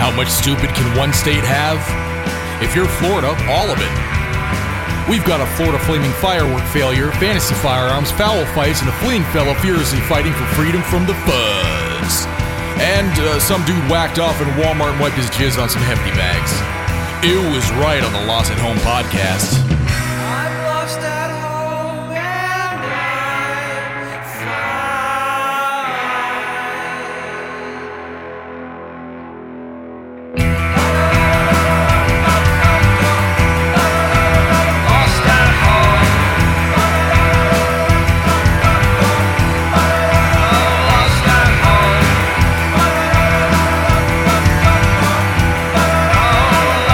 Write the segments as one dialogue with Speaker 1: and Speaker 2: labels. Speaker 1: How much stupid can one state have? If you're Florida, all of it. We've got a Florida flaming firework failure, fantasy firearms, foul fights, and a fleeing fellow furiously fighting for freedom from the fuzz. And uh, some dude whacked off in Walmart and wiped his jizz on some hefty bags. It was right on the Lost at Home podcast.
Speaker 2: I'm lost at home and I'm Oh, Lost at home. lost at home.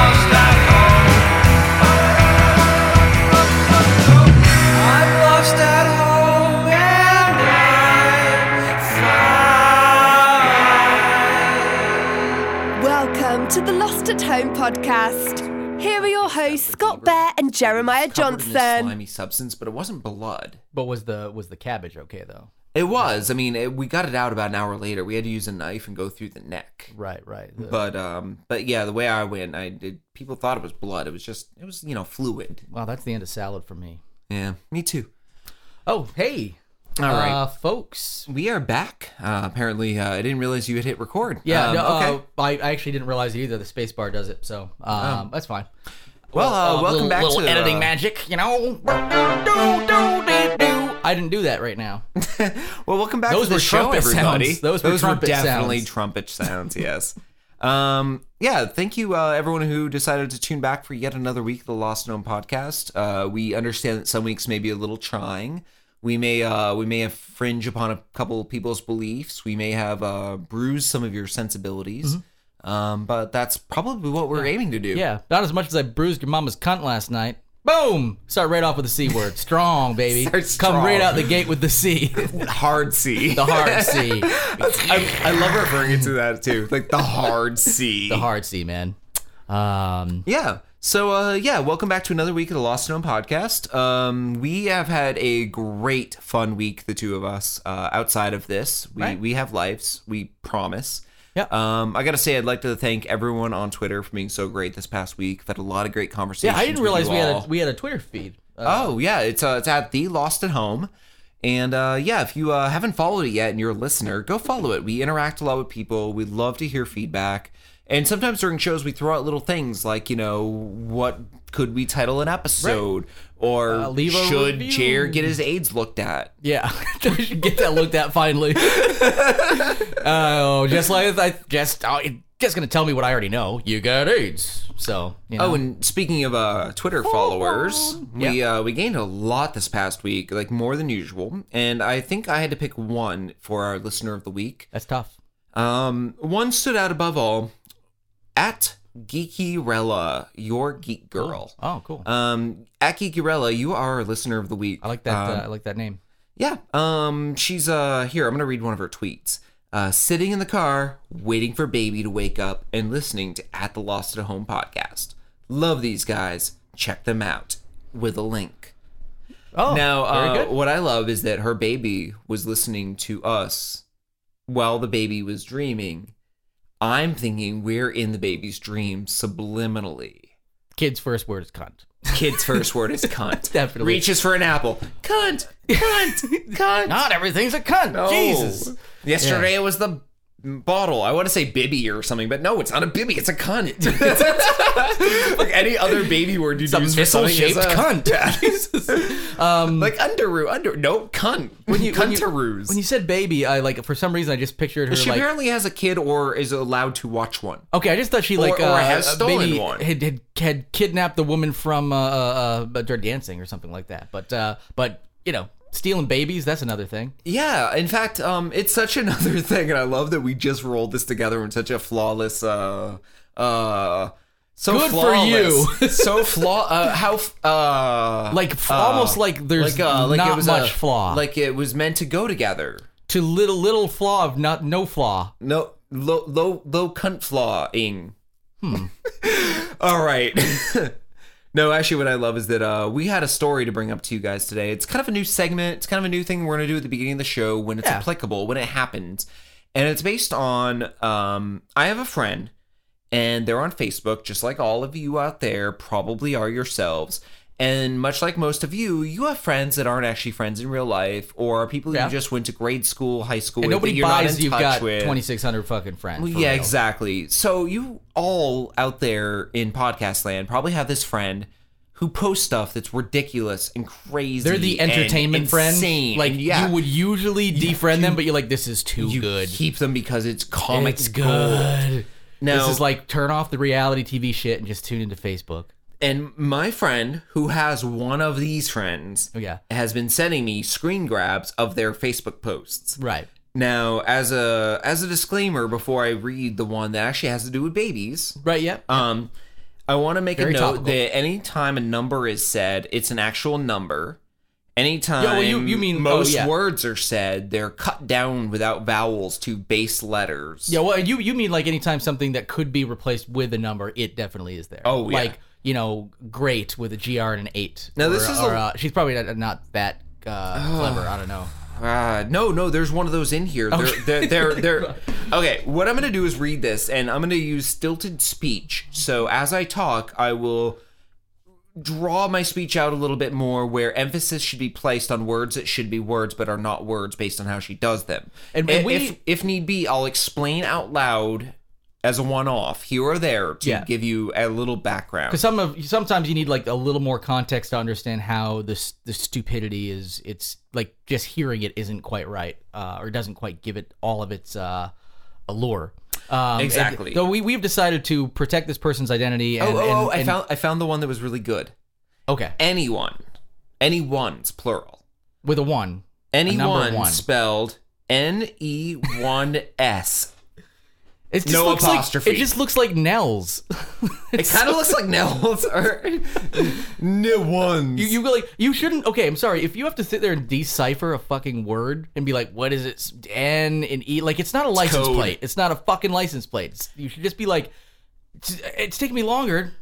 Speaker 2: lost at home. I'm lost at home and
Speaker 3: Welcome to the Lost at Home podcast. Here are your hosts, Scott Bear and Jeremiah
Speaker 4: covered in this
Speaker 3: Johnson.
Speaker 4: slimy substance, but it wasn't blood.
Speaker 5: But was the was the cabbage okay though?
Speaker 4: It was. I mean, it, we got it out about an hour later. We had to use a knife and go through the neck.
Speaker 5: Right, right. The-
Speaker 4: But um, but yeah, the way I went, I did. People thought it was blood. It was just, it was you know, fluid.
Speaker 5: wow, that's the end of salad for me.
Speaker 4: Yeah, me too.
Speaker 5: Oh, hey.
Speaker 4: All right.
Speaker 5: Uh, folks.
Speaker 4: We are back. Uh, apparently, uh, I didn't realize you had hit record.
Speaker 5: Yeah,
Speaker 4: Um,
Speaker 5: no, uh, I, I actually didn't realize it either. The space bar does it, so um, that's fine.
Speaker 4: Oh. well, uh, welcome
Speaker 5: little,
Speaker 4: back
Speaker 5: little
Speaker 4: to
Speaker 5: editing
Speaker 4: uh,
Speaker 5: magic, you know. I didn't do that right now.
Speaker 4: Well, welcome back
Speaker 5: Those
Speaker 4: to the
Speaker 5: were
Speaker 4: show,
Speaker 5: trumpet
Speaker 4: everybody.
Speaker 5: sounds. Those were trumpet
Speaker 4: definitely
Speaker 5: sounds.
Speaker 4: trumpet sounds. Yes. um, yeah. Thank you, uh, everyone who decided to tune back for yet another week of the Lost Gnome podcast. Uh, we understand that some weeks may be a little trying. We may uh, we may infringe upon a couple of people's beliefs. We may have uh, bruised some of your sensibilities. Um, but that's probably what we're aiming to do.
Speaker 5: Mm-hmm. Yeah, not as much as I bruised your mama's cunt last night. Boom! Start right off with the C word. Strong, baby.
Speaker 4: Start
Speaker 5: Come
Speaker 4: strong.
Speaker 5: right out the gate with the C.
Speaker 4: Hard C.
Speaker 5: the hard C.
Speaker 4: I, I love referring it to that too. Like the hard C.
Speaker 5: The hard C, man. Um,
Speaker 4: Yeah. So uh, yeah, welcome back to another week of the Lost and Known podcast. Um, we have had a great fun week, the two of us. Uh, outside of this, we
Speaker 5: Right.
Speaker 4: we have lives. We promise.
Speaker 5: Yeah.
Speaker 4: Um, I gotta say, I'd like to thank everyone on Twitter for being so great this past week. I've had a lot of great conversations.
Speaker 5: yeah, I didn't
Speaker 4: with
Speaker 5: realize
Speaker 4: you
Speaker 5: we had
Speaker 4: all.
Speaker 5: a, we had a Twitter feed. Uh,
Speaker 4: Oh yeah, it's uh, it's at the Lost at Home, and uh, yeah, if you uh, haven't followed it yet and you're a listener, go follow it. We interact a lot with people. We love to hear feedback, and sometimes during shows we throw out little things like you know what could we title an episode or
Speaker 5: Uh, leave a
Speaker 4: should
Speaker 5: review.
Speaker 4: Jer get his AIDS looked at?
Speaker 5: Yeah, we should get that looked at finally. Oh, just like I just oh, you're just gonna tell me what I already know. You got AIDS, so you know.
Speaker 4: Oh, and speaking of uh, Twitter followers, we uh, we gained a lot this past week, like more than usual, and I think I had to pick one for our listener of the week.
Speaker 5: that's tough.
Speaker 4: Um, one stood out above all. At Geekyrella, your geek girl.
Speaker 5: Oh, cool.
Speaker 4: Um, at Geekyrella, you are a listener of the week.
Speaker 5: I like that.
Speaker 4: Um,
Speaker 5: uh, I like that name.
Speaker 4: yeah. Um, she's uh here. I'm gonna read one of her tweets. Uh, sitting in the car, waiting for baby to wake up, and listening to At the Lost at Home podcast. Love these guys. Check them out with a link.
Speaker 5: Oh,
Speaker 4: Now,
Speaker 5: very
Speaker 4: uh,
Speaker 5: good.
Speaker 4: what I love is that her baby was listening to us while the baby was dreaming. I'm thinking we're in the baby's dream subliminally.
Speaker 5: Kid's first word is cunt.
Speaker 4: Kid's first word is cunt.
Speaker 5: Definitely.
Speaker 4: Reaches for an apple. Cunt. Cunt. Cunt.
Speaker 5: Not everything's a cunt.
Speaker 4: No. Oh.
Speaker 5: Jesus.
Speaker 4: Yesterday it was the bottle. I want to say bibby or something, but no, it's not a bibby. It's a cunt. like any other baby word you'd
Speaker 5: It's a
Speaker 4: use for something is
Speaker 5: missile-shaped
Speaker 4: a-
Speaker 5: cunt.
Speaker 4: Yeah. like underoo, under no cunt. When
Speaker 5: you- when you-
Speaker 4: cuntaroos.
Speaker 5: When you said baby, I like for some reason I just pictured her
Speaker 4: she
Speaker 5: like
Speaker 4: apparently has a kid or is allowed to watch one.
Speaker 5: Okay, I just thought she like
Speaker 4: Or- or
Speaker 5: uh,
Speaker 4: has
Speaker 5: uh,
Speaker 4: stolen
Speaker 5: maybe
Speaker 4: one.
Speaker 5: Had, had had kidnapped the woman from uh, uh, uh, Dirty Dancing or something like that. But uh, but you know, stealing babies—that's another thing.
Speaker 4: Yeah, in fact, um, it's such another thing, and I love that we just rolled this together in such a flawless, uh, uh, so
Speaker 5: Good for
Speaker 4: flawless,
Speaker 5: you.
Speaker 4: so flaw, uh, how, f- uh,
Speaker 5: Like f-
Speaker 4: uh,
Speaker 5: almost like there's not much
Speaker 4: a,
Speaker 5: flaw. Like
Speaker 4: like it was meant to go together.
Speaker 5: to little little flaw of not no flaw.
Speaker 4: No, low, low, low cunt flawing. Hmm. All right. no, actually, what I love is that uh, we had a story to bring up to you guys today. It's kind of a new segment. It's kind of a new thing we're gonna do at the beginning of the show when it's
Speaker 5: Yeah.
Speaker 4: applicable, when it happens, and it's based on. Um, I have a friend, and they're on Facebook, just like all of you out there probably are yourselves. And much like most of you, you have friends that aren't actually friends in real life, or are people
Speaker 5: Yeah.
Speaker 4: you just went to grade school, high school,
Speaker 5: And
Speaker 4: with
Speaker 5: nobody
Speaker 4: that you're not
Speaker 5: buys
Speaker 4: in
Speaker 5: you've
Speaker 4: touch
Speaker 5: got
Speaker 4: with.
Speaker 5: 2,600 fucking friends.
Speaker 4: Well,
Speaker 5: for
Speaker 4: yeah,
Speaker 5: real.
Speaker 4: exactly. So you all out there in podcast land probably have this friend who posts stuff that's ridiculous and crazy.
Speaker 5: They're the
Speaker 4: and
Speaker 5: entertainment friends.
Speaker 4: insane.
Speaker 5: Like
Speaker 4: And yeah,
Speaker 5: you would usually defriend them, but you're like, this is too
Speaker 4: you
Speaker 5: good.
Speaker 4: keep them because it's comic
Speaker 5: It's
Speaker 4: gold.
Speaker 5: good.
Speaker 4: Now,
Speaker 5: This is like turn off the reality TV shit and just tune into Facebook.
Speaker 4: and my friend who has one of these friends,
Speaker 5: Oh, yeah.
Speaker 4: has been sending me screen grabs of their Facebook posts.
Speaker 5: Right.
Speaker 4: Now, as a as a disclaimer, before I read the one that actually has to do with babies,
Speaker 5: Right. Yep.
Speaker 4: Um, I want to make
Speaker 5: Very
Speaker 4: a note
Speaker 5: topical.
Speaker 4: that anytime a number is said, it's an actual number. Anytime
Speaker 5: well, you- you mean- oh,
Speaker 4: most
Speaker 5: yeah.
Speaker 4: words are said, they're cut down without vowels to base letters.
Speaker 5: yeah. Well, you you mean like anytime something that could be replaced with a number, it definitely is there.
Speaker 4: Oh, yeah.
Speaker 5: Like you know, great with a gr and an eight.
Speaker 4: Now, this
Speaker 5: Or-
Speaker 4: is
Speaker 5: or,
Speaker 4: a-
Speaker 5: uh, she's probably not, not that uh, clever. I don't know.
Speaker 4: Ah, no, no, there's one of those in here. They're, they're, they're, they're, okay, what I'm going to do is read this, and I'm going to use stilted speech. So as I talk, I will draw my speech out a little bit more where emphasis should be placed on words that should be words but are not words based on how she does them.
Speaker 5: And-
Speaker 4: And,
Speaker 5: and
Speaker 4: if,
Speaker 5: we-
Speaker 4: if need be, I'll explain out loud as a one off here or there to
Speaker 5: Yeah.
Speaker 4: give you a little background.
Speaker 5: Because some of sometimes you need like a little more context to understand how this the stupidity is. It's like just hearing it isn't quite right, uh, or doesn't quite give it all of its uh, allure. Um, and
Speaker 4: Exactly.
Speaker 5: So we we've decided to protect this person's identity.
Speaker 4: Oh,
Speaker 5: And,
Speaker 4: oh,
Speaker 5: and-
Speaker 4: oh, I
Speaker 5: and-
Speaker 4: found I found the one that was really good.
Speaker 5: okay
Speaker 4: Anyone. Anyone's plural.
Speaker 5: with a one. number
Speaker 4: Anyone
Speaker 5: one.
Speaker 4: spelled N E one S.
Speaker 5: It just
Speaker 4: No
Speaker 5: looks like-
Speaker 4: apostrophe.
Speaker 5: it just looks like Nels.
Speaker 4: It kind of looks like Nels or N E ones.
Speaker 5: You, you go like you shouldn't. Okay, I'm sorry. If you have to sit there and decipher a fucking word and be like, "What is it?" S- N and E. Like it's not a license
Speaker 4: code.
Speaker 5: plate. It's not a fucking license plate. It's- you should just be like, "It's, it's taking me longer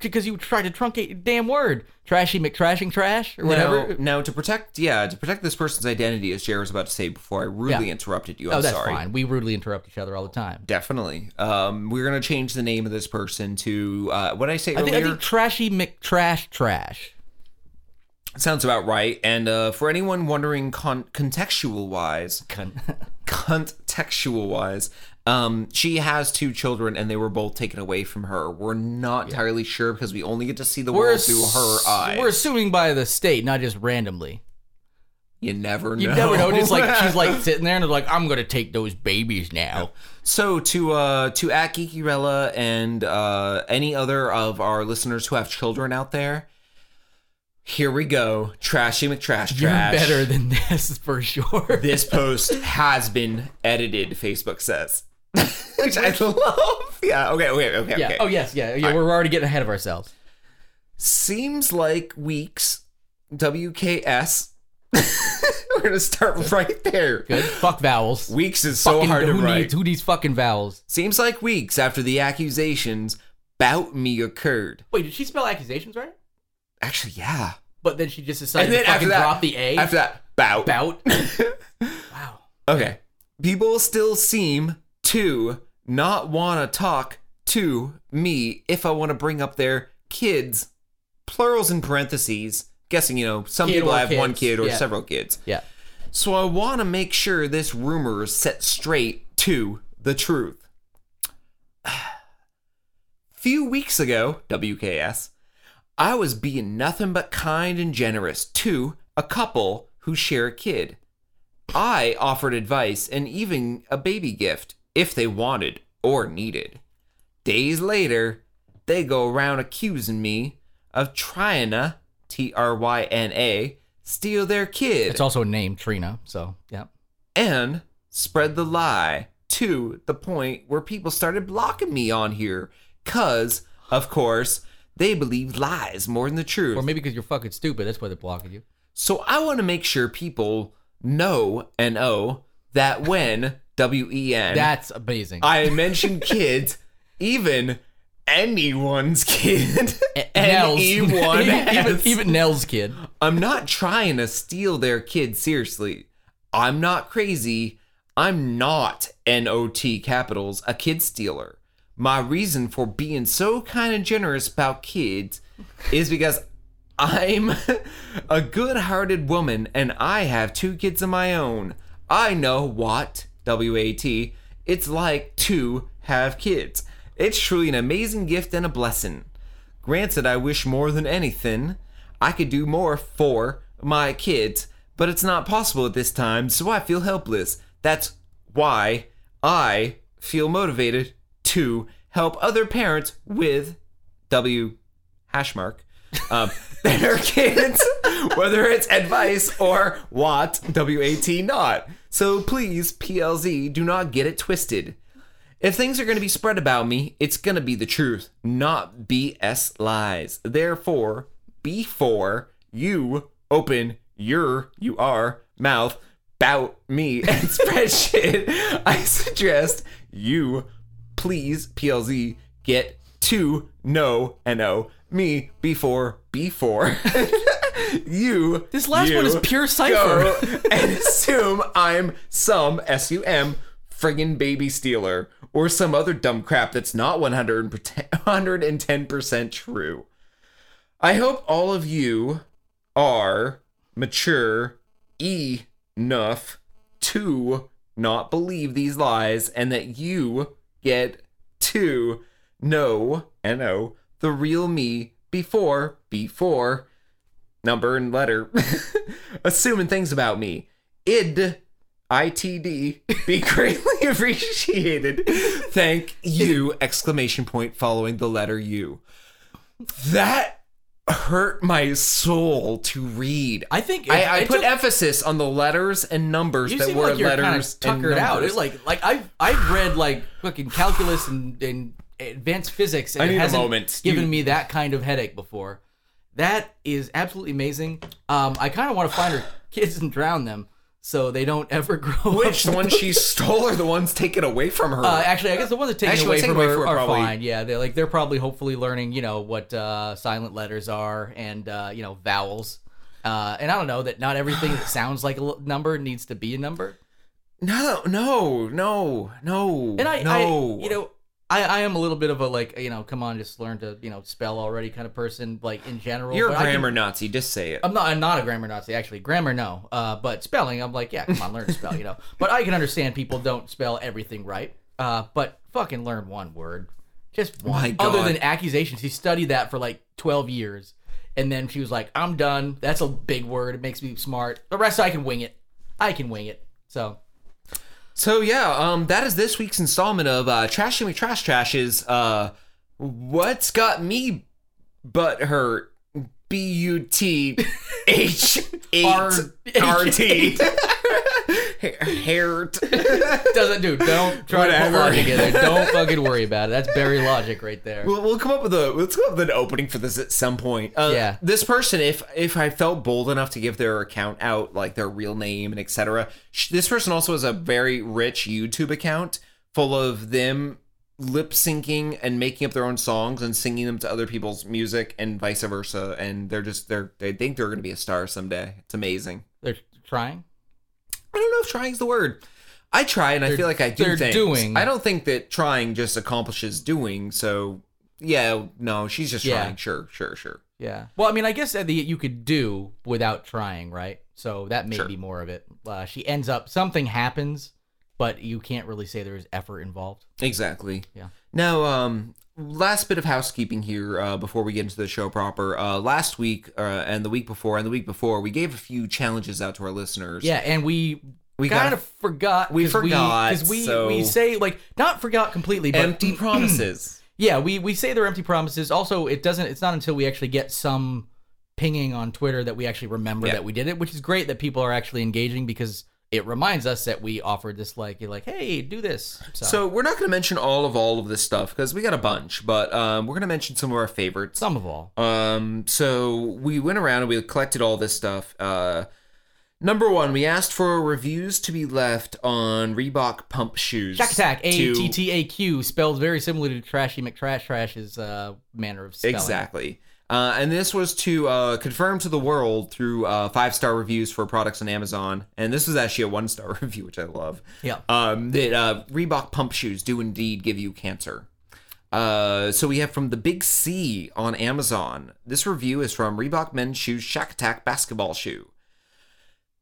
Speaker 5: because you tried to truncate your damn word. Trashy McTrashing trash or
Speaker 4: Now,
Speaker 5: whatever."
Speaker 4: now to protect, yeah, to protect this person's identity, as Jared was about to say before I rudely
Speaker 5: Yeah.
Speaker 4: interrupted you. I'm
Speaker 5: oh, that's
Speaker 4: sorry.
Speaker 5: fine. We rudely interrupt each other all the time.
Speaker 4: Definitely. Um, we're gonna change the name of this person to uh, what did I say
Speaker 5: I
Speaker 4: earlier.
Speaker 5: think, I think trashy McTrash trash.
Speaker 4: Sounds about right. And uh, for anyone wondering, con- contextual wise, contextual wise, um, she has two children, and they were both taken away from her. We're not entirely sure because we only get to see the
Speaker 5: We're
Speaker 4: world through her
Speaker 5: ass-
Speaker 4: eyes.
Speaker 5: We're assuming by the state, not just randomly.
Speaker 4: you never know.
Speaker 5: You never know. Just like she's like sitting there and they're like, "I'm gonna take those babies now."
Speaker 4: So to uh to at Geekurella and uh any other of our listeners who have children out there, here we go. Trashy McTrash Trash.
Speaker 5: You're better than this for sure.
Speaker 4: this post has been edited, Facebook says. Which I love. Yeah, okay, okay, okay,
Speaker 5: yeah.
Speaker 4: okay.
Speaker 5: Oh yes. Yeah. Yeah. We're already getting ahead of ourselves.
Speaker 4: Seems like weeks WKS. We're gonna start right there.
Speaker 5: Good. Fuck vowels.
Speaker 4: Weeks is so
Speaker 5: Fucking-
Speaker 4: hard to
Speaker 5: who
Speaker 4: write.
Speaker 5: Needs, who needs fucking vowels?
Speaker 4: Seems like weeks after the accusations about me occurred.
Speaker 5: Wait, did she spell accusations right?
Speaker 4: Actually, yeah.
Speaker 5: But then she just decided to fucking drop the A.
Speaker 4: After that, bout.
Speaker 5: Bout. wow.
Speaker 4: Okay. People still seem to not want to talk to me if I want to bring up their kids, plurals in parentheses. Guessing, you know, some
Speaker 5: Kid
Speaker 4: people
Speaker 5: or
Speaker 4: have one
Speaker 5: kids,
Speaker 4: kid or
Speaker 5: yeah.
Speaker 4: several kids.
Speaker 5: Yeah.
Speaker 4: So I want to make sure this rumor is set straight to the truth. Few weeks ago, WKS, I was being nothing but kind and generous to a couple who share a kid. I offered advice and even a baby gift if they wanted or needed. Days later, they go around accusing me of trying to, T R Y N A, steal their kid
Speaker 5: It's also a name, Trina. So yeah.
Speaker 4: and spread the lie to the point where people started blocking me on here because of course they believe lies more than the truth
Speaker 5: Or maybe because you're fucking stupid. That's why they're blocking you.
Speaker 4: so i want to make sure people know and know that when w-e-n
Speaker 5: That's amazing.
Speaker 4: i mention kids even anyone's kid
Speaker 5: Nels.
Speaker 4: N-E-1-S.
Speaker 5: even, even, even Nels kid.
Speaker 4: I'm not trying to steal their kid seriously. I'm not crazy. I'm not NOT capitals, a kid stealer. my reason for being so kind of generous about kids is because I'm a good hearted woman and I have two kids of my own. I know what, W A T, it's like to have kids. It's truly an amazing gift and a blessing. Granted, I wish more than anything I could do more for my kids, but it's not possible at this time, so I feel helpless. That's why I feel motivated to help other parents with W hash mark um, their kids, whether it's advice or what, W A T not. So please, PLZ, do not get it twisted. If things are going to be spread about me, it's going to be the truth, not BS lies. Therefore, before you open your you are mouth about me and spread shit, I suggest you please PLZ get to know and know me before before you.
Speaker 5: This last one is
Speaker 4: you
Speaker 5: pure cipher.
Speaker 4: go and assume I'm some S U M friggin' baby stealer or some other dumb crap that's not 110% true. I hope all of you are mature enough to not believe these lies and that you get to know and know the real me before before number and letter, assuming things about me. Id, ITD, be greatly appreciated. Thank you! Exclamation point following the letter U. That hurt my soul to read.
Speaker 5: I think it-
Speaker 4: I, I
Speaker 5: it
Speaker 4: put
Speaker 5: took-
Speaker 4: emphasis on the letters and numbers
Speaker 5: You
Speaker 4: that
Speaker 5: seem
Speaker 4: were
Speaker 5: like you're
Speaker 4: letters
Speaker 5: kind of
Speaker 4: and
Speaker 5: tuckered out.
Speaker 4: numbers.
Speaker 5: It, like like I've I've read like fucking calculus and, and advanced physics, and
Speaker 4: I need
Speaker 5: it
Speaker 4: a
Speaker 5: hasn't
Speaker 4: moment.
Speaker 5: given
Speaker 4: You-
Speaker 5: me that kind of headache before. That is absolutely amazing. Um, I kind of want to find her kids and drown them so they don't ever grow
Speaker 4: which
Speaker 5: up.
Speaker 4: the ones she stole are the ones taken away from her?
Speaker 5: Uh, actually, I guess the ones that taken
Speaker 4: Actually,
Speaker 5: away
Speaker 4: taken
Speaker 5: from
Speaker 4: away
Speaker 5: her
Speaker 4: from her
Speaker 5: are
Speaker 4: probably-
Speaker 5: fine. Yeah, they're like they're probably hopefully learning, you know, what uh, silent letters are and uh, you know vowels. Uh, and I don't know that not everything that sounds like a l- number needs to be a number.
Speaker 4: no, no, no, no,
Speaker 5: And I,
Speaker 4: no.
Speaker 5: I you know, I, I am a little bit of a like, you know, come on, just learn to, you know, spell already kind of person, like in general.
Speaker 4: you're a
Speaker 5: But I can-
Speaker 4: grammar Nazi. Just say it.
Speaker 5: I'm not. I'm not a grammar Nazi. Actually, grammar no. Uh, but spelling, I'm like, yeah, come on, learn to spell. You know. But I can understand people don't spell everything right. Uh, but fucking learn one word, just one.
Speaker 4: My
Speaker 5: Other
Speaker 4: God.
Speaker 5: than accusations, she studied that for like 12 years, and then she was like, I'm done. That's a big word. It makes me smart. The rest I can wing it. I can wing it. So
Speaker 4: So yeah, um, that is this week's installment of uh, Trashing Me Trash Trashes. Uh, what's got me butt hurt? B U T H
Speaker 5: R-
Speaker 4: eight R T hair.
Speaker 5: doesn't do. Don't try to
Speaker 4: Whatever.
Speaker 5: put logic in there. Don't fucking worry about it. That's Barry logic right there.
Speaker 4: We'll, we'll come up with a let's come up with an opening for this at some point. Uh,
Speaker 5: Yeah.
Speaker 4: This person, if if I felt bold enough to give their account out, like their real name and etc. sh- This person also has a very rich YouTube account full of them lip syncing and making up their own songs and singing them to other people's music and vice versa. And they're just they're they think they're gonna be a star someday. It's amazing.
Speaker 5: They're trying.
Speaker 4: I don't know if trying's the word. I try and I feel like I do
Speaker 5: they're
Speaker 4: things.
Speaker 5: doing.
Speaker 4: I don't think that trying just accomplishes doing. So yeah, no, she's just
Speaker 5: Yeah.
Speaker 4: trying. Sure, sure, sure.
Speaker 5: Yeah. Well, I mean, I guess that the, you could do without trying, right? So that may
Speaker 4: Sure.
Speaker 5: be more of it. Uh, she ends up something happens, but you can't really say there is effort involved.
Speaker 4: Exactly.
Speaker 5: Yeah.
Speaker 4: Now, um, last bit of housekeeping here uh, before we get into the show proper. Uh, last week uh, and the week before and the week before, we gave a few challenges out to our listeners.
Speaker 5: Yeah, and we
Speaker 4: We
Speaker 5: kind
Speaker 4: got-
Speaker 5: of forgot.
Speaker 4: we
Speaker 5: 'cause
Speaker 4: forgot,
Speaker 5: because we,
Speaker 4: so-
Speaker 5: we say like not forgot completely, but
Speaker 4: Empty promises.
Speaker 5: Yeah, we we say they're empty promises. Also, it doesn't. It's not until we actually get some pinging on Twitter that we actually remember
Speaker 4: Yeah.
Speaker 5: that we did it, which is great that people are actually engaging because it reminds us that we offered this. Like you're like, hey, do this.
Speaker 4: So we're not going to mention all of all of this stuff because we got a bunch, but um, we're going to mention some of our favorites.
Speaker 5: some of all.
Speaker 4: Um, so we went around and we collected all this stuff. Uh, number one, we asked for reviews to be left on Reebok pump shoes.
Speaker 5: Shack Attack, A
Speaker 4: to-
Speaker 5: T T A Q, spelled very similar to Trashy McTrash Trash's uh, manner of spelling.
Speaker 4: Exactly. Uh, and this was to uh, confirm to the world through uh, five star reviews for products on Amazon. And this was actually a one star review, which I love.
Speaker 5: Yeah.
Speaker 4: Um, that uh, Reebok pump shoes do indeed give you cancer. Uh, so we have from the Big C on Amazon. This review is from Reebok Men's Shoes Shack Attack Basketball Shoe.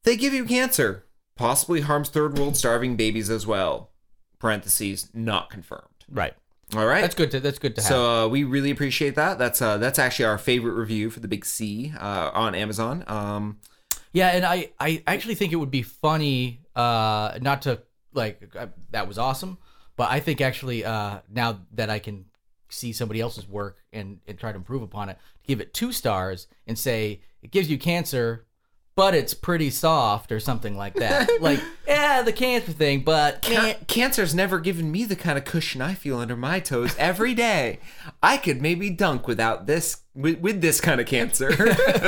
Speaker 4: They give you cancer, possibly harms third world starving babies as well. Parentheses not confirmed.
Speaker 5: Right.
Speaker 4: All right,
Speaker 5: That's good to that's good to have.
Speaker 4: so uh, we really appreciate that. That's uh, that's actually our favorite review for the Big C uh, on Amazon. Um,
Speaker 5: Yeah, and I, I actually think it would be funny, uh, not to like I, that was awesome, but I think actually uh, now that I can see somebody else's work and and try to improve upon it, give it two stars and say it gives you cancer, but it's pretty soft or something like that. like yeah, the cancer thing, but
Speaker 4: Ca- cancer's never given me the kind of cushion I feel under my toes every day. I could maybe dunk without this with, with this kind of cancer.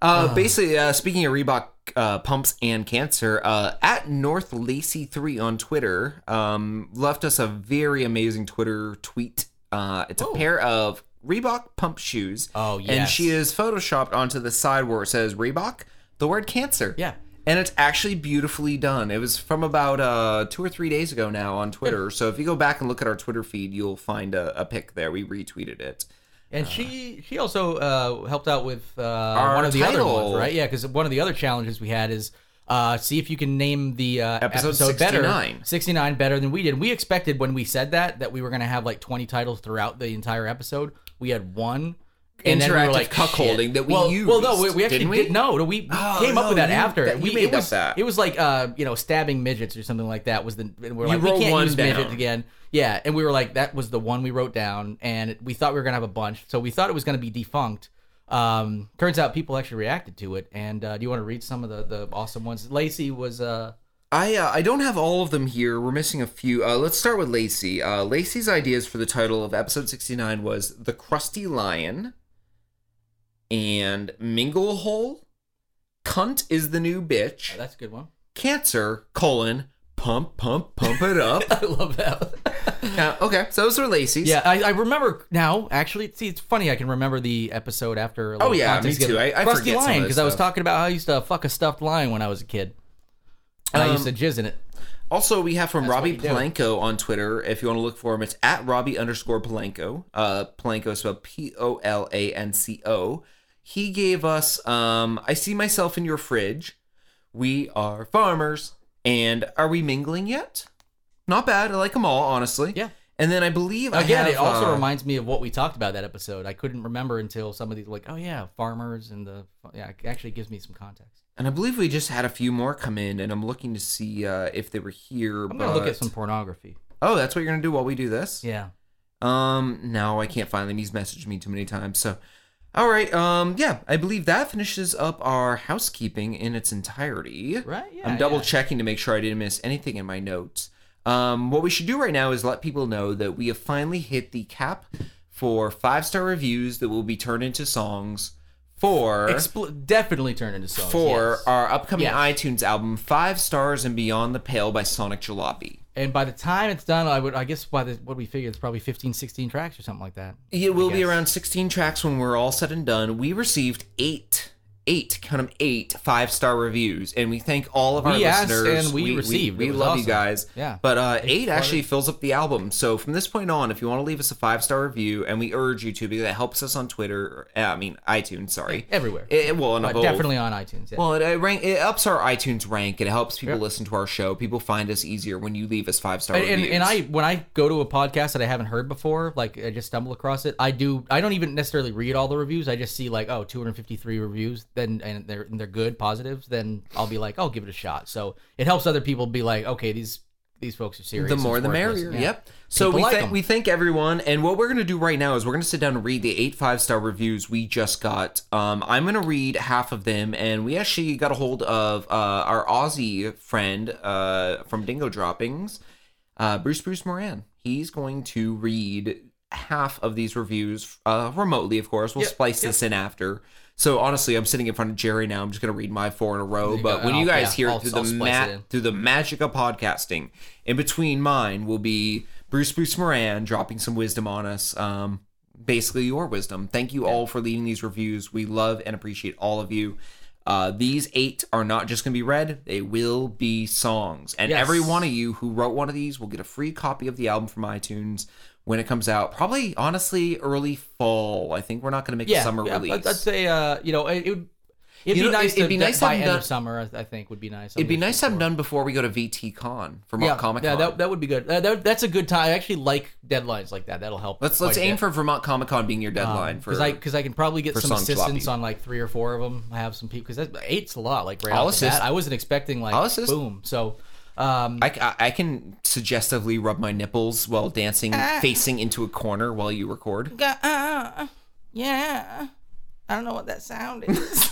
Speaker 4: uh,
Speaker 5: Oh.
Speaker 4: Basically, uh, speaking of Reebok uh, pumps and cancer, uh, at North Lacey three on Twitter um, left us a very amazing Twitter tweet. Uh, it's a pair of Reebok pump shoes.
Speaker 5: Oh,
Speaker 4: and
Speaker 5: yes.
Speaker 4: she is photoshopped onto the side where it says Reebok, the word cancer.
Speaker 5: Yeah.
Speaker 4: And it's actually beautifully done. It was from about uh, two or three days ago now on Twitter. So if you go back and look at our Twitter feed, you'll find a, a pic there. We retweeted it.
Speaker 5: and she she also uh, helped out with uh,
Speaker 4: Our
Speaker 5: one of the other
Speaker 4: title.
Speaker 5: ones, right? Yeah, because one of the other challenges we had is uh, see if you can name the uh,
Speaker 4: Episode
Speaker 5: episode, better
Speaker 4: 69.
Speaker 5: 69 better than we did. We expected when we said that that we were going to have like 20 titles throughout the entire episode. We had one. And then we were
Speaker 4: Interactive
Speaker 5: like
Speaker 4: cuckolding
Speaker 5: shit.
Speaker 4: that we
Speaker 5: well, Well, no, we,
Speaker 4: used,
Speaker 5: we actually
Speaker 4: didn't we?
Speaker 5: did- no, no, we we
Speaker 4: Oh,
Speaker 5: came up with
Speaker 4: no,
Speaker 5: that
Speaker 4: you-
Speaker 5: after.
Speaker 4: that- you
Speaker 5: we,
Speaker 4: made
Speaker 5: it was,
Speaker 4: up that.
Speaker 5: It was like uh, you know, stabbing midgets or something like that was the. And we're
Speaker 4: You
Speaker 5: like, we
Speaker 4: roll
Speaker 5: can't
Speaker 4: one
Speaker 5: use midget
Speaker 4: down.
Speaker 5: again. Yeah, and we were like, that was the one we wrote down, and it- we thought we were gonna have a bunch, so we thought it was gonna be defunct. Um, turns out people actually reacted to it. And uh, do you want to read some of the the awesome ones? Lacey was uh,
Speaker 4: I uh, I don't have all of them here. We're missing a few. Uh, let's start with Lacey. Uh, Lacey's ideas for the title of episode sixty nine was the Crusty Lion and Mingle Hole. Cunt is the new bitch.
Speaker 5: that's a good one.
Speaker 4: Cancer colon pump pump pump it up.
Speaker 5: I love that.
Speaker 4: Uh, okay, so those were Lacey's.
Speaker 5: Yeah, I, I remember now. Actually, see, it's funny. I can remember the episode after. like,
Speaker 4: Oh, yeah,
Speaker 5: context
Speaker 4: me too.
Speaker 5: together.
Speaker 4: I- I
Speaker 5: Krusty
Speaker 4: forget some of
Speaker 5: lion
Speaker 4: this
Speaker 5: because I was
Speaker 4: stuff.
Speaker 5: talking about how I used to fuck a stuffed lion when I was a kid, and I
Speaker 4: Um,
Speaker 5: used to jizz in it.
Speaker 4: Also, we have from Robbie
Speaker 5: what you do.
Speaker 4: Polanco on Twitter. If you want to look for him, it's at Robbie underscore Polanco. Uh, Polanco is spelled P O L A N C O. He gave us um, I See Myself in Your Fridge. We are farmers. And are we mingling yet? Not bad. I like them all, honestly.
Speaker 5: Yeah.
Speaker 4: And then I believe
Speaker 5: Again,
Speaker 4: I have,
Speaker 5: it also
Speaker 4: uh,
Speaker 5: reminds me of what we talked about that episode. I couldn't remember until somebody like, oh yeah, farmers and the yeah. It actually gives me some context.
Speaker 4: and I believe we just had a few more come in, and I'm looking to see uh, if they were here.
Speaker 5: I'm gonna look at
Speaker 4: but-
Speaker 5: some pornography.
Speaker 4: Oh, that's what you're gonna do while we do this.
Speaker 5: Yeah.
Speaker 4: Um, no, I can't find them. He's messaged me too many times. So, all right. Um, yeah, I believe that finishes up our housekeeping in its entirety.
Speaker 5: Right, yeah,
Speaker 4: I'm double
Speaker 5: yeah.
Speaker 4: checking to make sure I didn't miss anything in my notes. Um, what we should do right now is let people know that we have finally hit the cap for five star reviews that will be turned into songs for
Speaker 5: Expl- definitely turn into songs.
Speaker 4: for
Speaker 5: yes.
Speaker 4: our upcoming
Speaker 5: Yes.
Speaker 4: iTunes album, Five Stars and Beyond the Pale by Sonic Jalopy.
Speaker 5: and by the time it's done, I would I guess by the what we figure it's probably 15, 16 tracks or something like that.
Speaker 4: It will be
Speaker 5: guess.
Speaker 4: around 16 tracks when we're all said and done. We received eight, eight, count them eight five star reviews, and we thank all of our
Speaker 5: We asked
Speaker 4: listeners.
Speaker 5: and we received.
Speaker 4: We,
Speaker 5: It was
Speaker 4: love you
Speaker 5: awesome.
Speaker 4: guys.
Speaker 5: Yeah.
Speaker 4: But uh,
Speaker 5: It
Speaker 4: eight
Speaker 5: flooded.
Speaker 4: actually fills up the album. So from this point on, if you want to leave us a five star review, and we urge you to because it helps us on Twitter, uh, I mean iTunes, sorry,
Speaker 5: Everywhere.
Speaker 4: It, it- well, and
Speaker 5: But
Speaker 4: both.
Speaker 5: definitely on iTunes. Yeah.
Speaker 4: Well, it, it, rank, it ups our iTunes rank. It helps people listen to our show. People find us easier when you leave us five star
Speaker 5: and,
Speaker 4: reviews.
Speaker 5: and, and I when I go to a podcast that I haven't heard before, like I just stumble across it. I do. I don't even necessarily read all the reviews. I just see like oh 253 reviews, then and they're and they're good positives. Then I'll be like I'll give it a shot. So it helps other people be like okay these these folks are serious.
Speaker 4: The
Speaker 5: It's
Speaker 4: more the
Speaker 5: worth
Speaker 4: merrier.
Speaker 5: listening. Yeah.
Speaker 4: Yep. So
Speaker 5: People
Speaker 4: we
Speaker 5: like
Speaker 4: thank
Speaker 5: 'em.
Speaker 4: we thank everyone, and what we're gonna do right now is we're gonna sit down and read the eight five star reviews we just got. Um, I'm gonna read half of them, and we actually got a hold of uh, our Aussie friend uh, from Dingo Droppings, uh, Bruce Bruce Moran. He's going to read half of these reviews uh, remotely, of course. We'll splice this in after. So honestly, I'm sitting in front of Jerry now. I'm just gonna read my four in a row. But
Speaker 5: go.
Speaker 4: when you
Speaker 5: I'll-
Speaker 4: guys
Speaker 5: yeah,
Speaker 4: hear it
Speaker 5: I'll-
Speaker 4: through
Speaker 5: I'll
Speaker 4: the
Speaker 5: splice
Speaker 4: mat
Speaker 5: it in.
Speaker 4: through the magic of podcasting. In between mine will be Bruce Bruce Moran dropping some wisdom on us. Um, basically your wisdom. Thank you all for leaving these reviews. We love and appreciate all of you. Uh, these eight are not just going to be read; they will be songs. And
Speaker 5: Yes.
Speaker 4: every one of you who wrote one of these will get a free copy of the album from iTunes when it comes out. Probably, honestly, early fall. I think we're not going to make a summer
Speaker 5: yeah, I'd-
Speaker 4: release.
Speaker 5: I'd say uh, you know it, it would. It'd
Speaker 4: You
Speaker 5: be
Speaker 4: know,
Speaker 5: nice.
Speaker 4: it'd
Speaker 5: to,
Speaker 4: be nice
Speaker 5: by
Speaker 4: having
Speaker 5: end
Speaker 4: done-
Speaker 5: of summer. I, I think would be nice.
Speaker 4: It'd be nice to have
Speaker 5: before.
Speaker 4: them done before we go to VT Con, Vermont
Speaker 5: Yeah,
Speaker 4: Comic Con.
Speaker 5: yeah, that, that would be good. Uh, that, that's a good time. I actually like deadlines like that. That'll help.
Speaker 4: let's let's
Speaker 5: quite a
Speaker 4: aim
Speaker 5: bit.
Speaker 4: for Vermont Comic Con being your deadline for.
Speaker 5: because I because I can probably get
Speaker 4: for
Speaker 5: some
Speaker 4: song
Speaker 5: assistance
Speaker 4: sloppy.
Speaker 5: on like three or four of them. I have some people because that eight's a lot. Like right
Speaker 4: I'll
Speaker 5: off the
Speaker 4: assist.
Speaker 5: bat, I wasn't expecting like
Speaker 4: I'll assist.
Speaker 5: boom. So um,
Speaker 4: I, ca- I can suggestively rub my nipples while dancing, facing into a corner while you record.
Speaker 5: uh, yeah, I don't know what that sound is.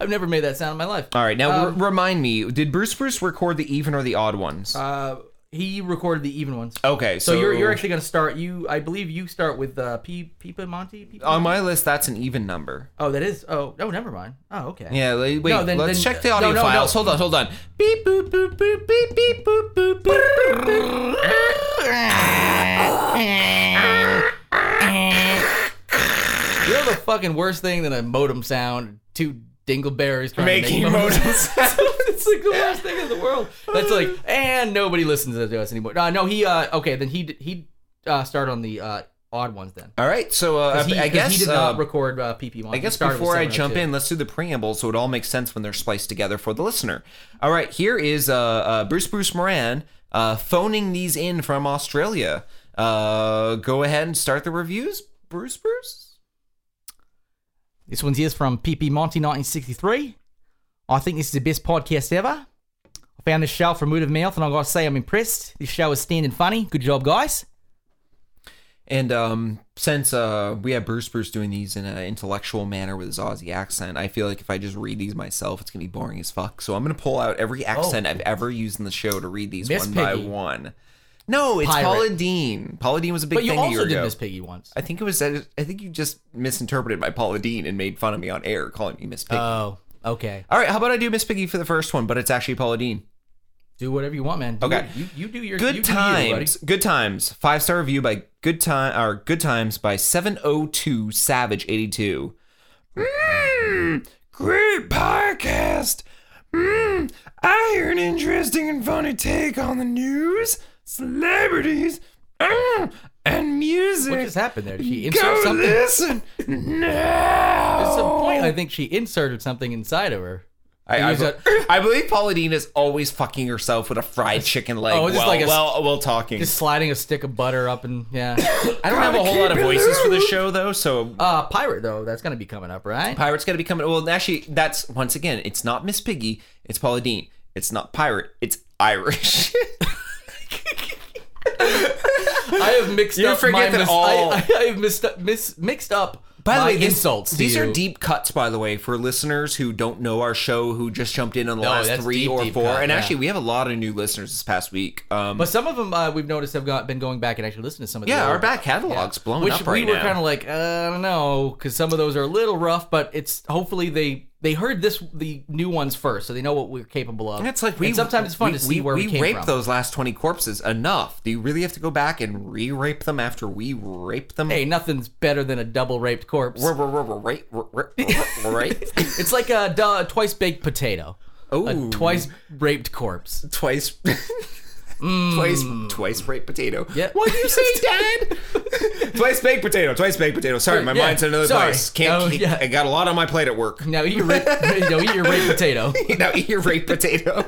Speaker 5: I've never made that sound in my life.
Speaker 4: All right, now re- remind me, did Bruce Bruce record the even or the odd ones?
Speaker 5: Uh, he recorded the even ones.
Speaker 4: okay, so,
Speaker 5: So, you're you're actually gonna start you I believe you start with uh P Pipa Monty. Pipa?
Speaker 4: on my list. That's an even number.
Speaker 5: oh, that is. Oh, oh, never mind. Oh, okay.
Speaker 4: Yeah, la- wait.
Speaker 5: No, then-
Speaker 4: let's
Speaker 5: then-
Speaker 4: check the audio
Speaker 5: no, no,
Speaker 4: files.
Speaker 5: no.
Speaker 4: Hold on, hold on. Beep boop boop boop beep beep boop boop boop.
Speaker 5: You know the fucking worst thing than a modem sound. Two dingleberries trying
Speaker 4: Making
Speaker 5: to make modem
Speaker 4: modem
Speaker 5: sounds. it's like the worst thing in the world. That's like, and nobody listens to us anymore. Uh, no, he. Uh, okay, then he d- he uh, started on the uh, odd ones then.
Speaker 4: All right, so uh,
Speaker 5: 'Cause he-
Speaker 4: I
Speaker 5: 'cause
Speaker 4: guess
Speaker 5: he did
Speaker 4: uh,
Speaker 5: not record uh, PP.
Speaker 4: I guess before I jump in, let's do the preamble so it all makes sense when they're spliced together for the listener. All right, here is uh, uh, Bruce Bruce Moran uh, phoning these in from Australia. Uh, go ahead and start the reviews, Bruce Bruce.
Speaker 5: This one's here from PP Monty 1963. I think this is the best podcast ever. I found this show from word of mouth, and I gotta say I'm impressed. This show is standing funny. Good job, guys.
Speaker 4: And um, since uh, we have Bruce Bruce doing these in an intellectual manner with his Aussie accent, I feel like if I just read these myself, it's gonna be boring as fuck. So I'm gonna pull out every accent I've ever used in the show to read these
Speaker 5: Oh. Miss
Speaker 4: one by
Speaker 5: Piggy.
Speaker 4: one. No, it's
Speaker 5: Pirate.
Speaker 4: Paula Dean. Paula Dean was a big
Speaker 5: But you
Speaker 4: thing a year
Speaker 5: also did
Speaker 4: ago.
Speaker 5: Miss Piggy once.
Speaker 4: I think it was. I think you just misinterpreted my Paula Dean and made fun of me on air, calling me Miss Piggy.
Speaker 5: Oh, okay.
Speaker 4: All right, how about I do Miss Piggy for the first one, but it's actually Paula Dean.
Speaker 5: Do whatever you want, man. Do
Speaker 4: Okay.
Speaker 5: it. You, you do your
Speaker 4: Good
Speaker 5: you do you, buddy.
Speaker 4: times, good times. Five star review by Good Time or Good Times by seven oh two Savage eighty two. Mmm, great podcast. Mmm, I hear an interesting and funny take on the news, celebrities, mm, and music.
Speaker 5: What just happened there? Did she insert something?
Speaker 4: listen now.
Speaker 5: At some point, I think she inserted something inside of her.
Speaker 4: Oh. I, I,
Speaker 5: Use that-
Speaker 4: I believe Paula Dean is always fucking herself with a fried chicken leg.
Speaker 5: Oh,
Speaker 4: Oh,
Speaker 5: just
Speaker 4: while,
Speaker 5: like a-
Speaker 4: while, while talking.
Speaker 5: Just sliding a stick of butter up and yeah.
Speaker 4: I don't have a whole lot of voices for this show though, so
Speaker 5: uh, pirate though, that's gonna be coming up, right?
Speaker 4: Pirate's got to be coming. Well, actually, that's once again, it's not Miss Piggy, it's Paula Dean. It's not pirate, it's Irish.
Speaker 5: I have mixed
Speaker 4: You
Speaker 5: up
Speaker 4: forget
Speaker 5: my
Speaker 4: that all-
Speaker 5: I, I have missed up, mis, mixed up.
Speaker 4: By the
Speaker 5: my
Speaker 4: way, this-
Speaker 5: insults. to
Speaker 4: These are
Speaker 5: you.
Speaker 4: deep cuts, by the way, for listeners who don't know our show, who just jumped in on the
Speaker 5: No,
Speaker 4: last
Speaker 5: that's
Speaker 4: three
Speaker 5: deep,
Speaker 4: or
Speaker 5: deep
Speaker 4: four.
Speaker 5: cut,
Speaker 4: and
Speaker 5: yeah.
Speaker 4: actually, we have a lot of new listeners this past week. Um,
Speaker 5: But some of them uh, we've noticed have got, been going back and actually listening to some of the
Speaker 4: yeah, our
Speaker 5: old-
Speaker 4: back catalog's blown
Speaker 5: which
Speaker 4: up
Speaker 5: we
Speaker 4: right
Speaker 5: were
Speaker 4: now.
Speaker 5: kind of like uh, I don't know because some of those are a little rough, but it's hopefully they they heard this the new ones first, so they know what we're capable of.
Speaker 4: And it's like we
Speaker 5: And sometimes it's fun to see where we, came
Speaker 4: rape
Speaker 5: from.
Speaker 4: those last twenty corpses enough. Do you really have to go back and re-rape them after we rape them?
Speaker 5: Hey, nothing's better than a double raped corpse.
Speaker 4: R- r- r- rape, r- r- r- right?
Speaker 5: it's like a twice baked potato.
Speaker 4: Ooh.
Speaker 5: a twice raped corpse.
Speaker 4: twice, twice, twice rape potato.
Speaker 5: Mm. Yeah.
Speaker 4: What do you say, Dad? twice baked potato. Twice baked potato. Sorry, my
Speaker 5: Yeah,
Speaker 4: mind's in another
Speaker 5: sorry.
Speaker 4: place. Can't.
Speaker 5: Oh,
Speaker 4: keep-
Speaker 5: yeah.
Speaker 4: I got a lot on my plate at work.
Speaker 5: Now eat your rape, now eat your raped potato.
Speaker 4: now eat your rape potato.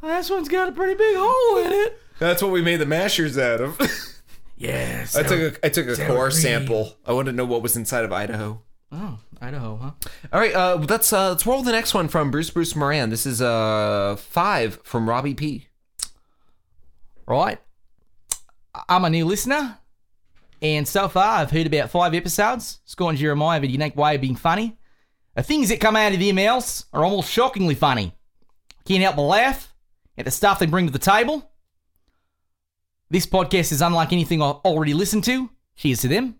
Speaker 5: this one's got a pretty big hole in it.
Speaker 4: That's what we made the mashers out of.
Speaker 5: Yes.
Speaker 4: I took a I took a core sample. I wanted to know what was inside of Idaho.
Speaker 5: Oh, Idaho, huh?
Speaker 4: All right, uh, let's uh, let's roll the next one from Bruce Bruce Moran. This is uh five from Robbie P.
Speaker 5: right? I'm a new listener, and so far I've heard about five episodes. Score and Jeremiah have a unique way of being funny. The things that come out of their mouths are almost shockingly funny. Can't help but laugh at the stuff they bring to the table. This podcast is unlike anything I've already listened to. Cheers to them.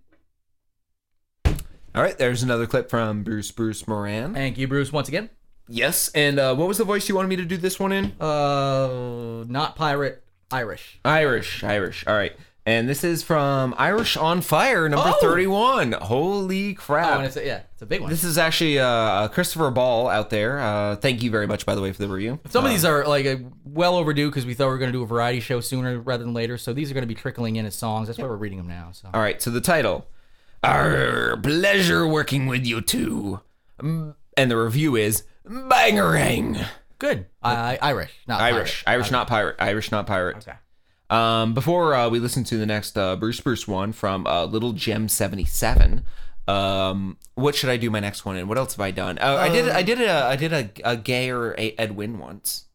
Speaker 4: All right, there's another clip from Bruce Bruce Moran.
Speaker 5: Thank you, Bruce, once again.
Speaker 4: Yes, and uh, what was the voice you wanted me to do this one in?
Speaker 5: Uh, not pirate, Irish.
Speaker 4: Irish, Irish. All right. And this is from Irish on Fire number
Speaker 5: Oh!
Speaker 4: 31. Holy crap.
Speaker 5: Oh, and it's a, yeah, it's a big one.
Speaker 4: this is actually uh, Christopher Ball out there. Uh, thank you very much, by the way, for the review.
Speaker 5: Some of these are like uh, well overdue because we thought we were going to do a variety show sooner rather than later. So these are going to be trickling in as songs. That's why we're reading them now. So
Speaker 4: All right, so the title. Our pleasure working with you two. Mm, And the review is Bangerang.
Speaker 5: good. I Irish, not
Speaker 4: Irish. Irish, not pirate. Irish, not pirate.
Speaker 5: pirate. Okay.
Speaker 4: Um, before uh, we listen to the next uh, Bruce Bruce one from uh, Little Gem seventy seven, um, what should I do my next one and what else have I done? Uh, I
Speaker 5: Um,
Speaker 4: did I did a I did a, a gay or a Ed Wynn once.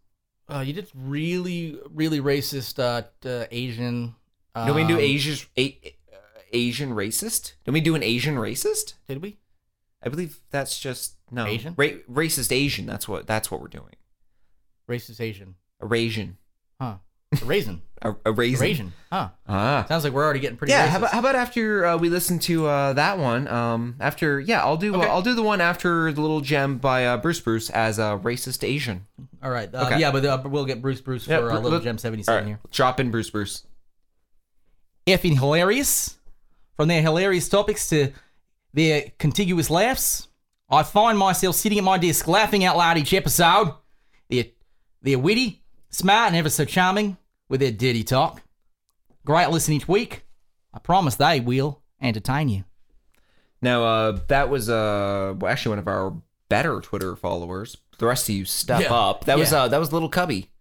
Speaker 5: Uh, you did really, really racist uh, uh, Asian. Um,
Speaker 4: Don't we do Asian a, uh, Asian racist? Don't we do an Asian racist?
Speaker 5: Did we?
Speaker 4: I believe that's just no
Speaker 5: Asian?
Speaker 4: Ra- racist Asian. That's what that's what we're doing.
Speaker 5: Racist Asian.
Speaker 4: Eurasian.
Speaker 5: Huh. Raisin.
Speaker 4: A, a raisin.
Speaker 5: Eurasian. Huh.
Speaker 4: Er, Ah.
Speaker 5: Sounds like we're already getting pretty
Speaker 4: yeah
Speaker 5: racist.
Speaker 4: how about, how about after uh, we listen to uh, that one um, after yeah i'll do
Speaker 5: Okay.
Speaker 4: i'll do the one after the little gem by uh, bruce bruce as a racist asian
Speaker 5: All right. Uh,
Speaker 4: Okay.
Speaker 5: Yeah, but uh, we'll get Bruce Bruce
Speaker 4: Yeah,
Speaker 5: for uh,
Speaker 4: Bru-
Speaker 5: Little
Speaker 4: Bru-
Speaker 5: Gem 77 here.
Speaker 4: drop in bruce bruce
Speaker 5: effing hilarious. From their hilarious topics to their contiguous laughs, I find myself sitting at my desk laughing out loud each episode. They're, they're witty, smart, and ever so charming with their dirty talk. Great listen each week. I promise they will entertain you.
Speaker 4: now uh, that was uh, well, actually one of our better twitter followers the rest of you step
Speaker 5: Yeah.
Speaker 4: up that was
Speaker 5: Yeah.
Speaker 4: uh, that was little cubby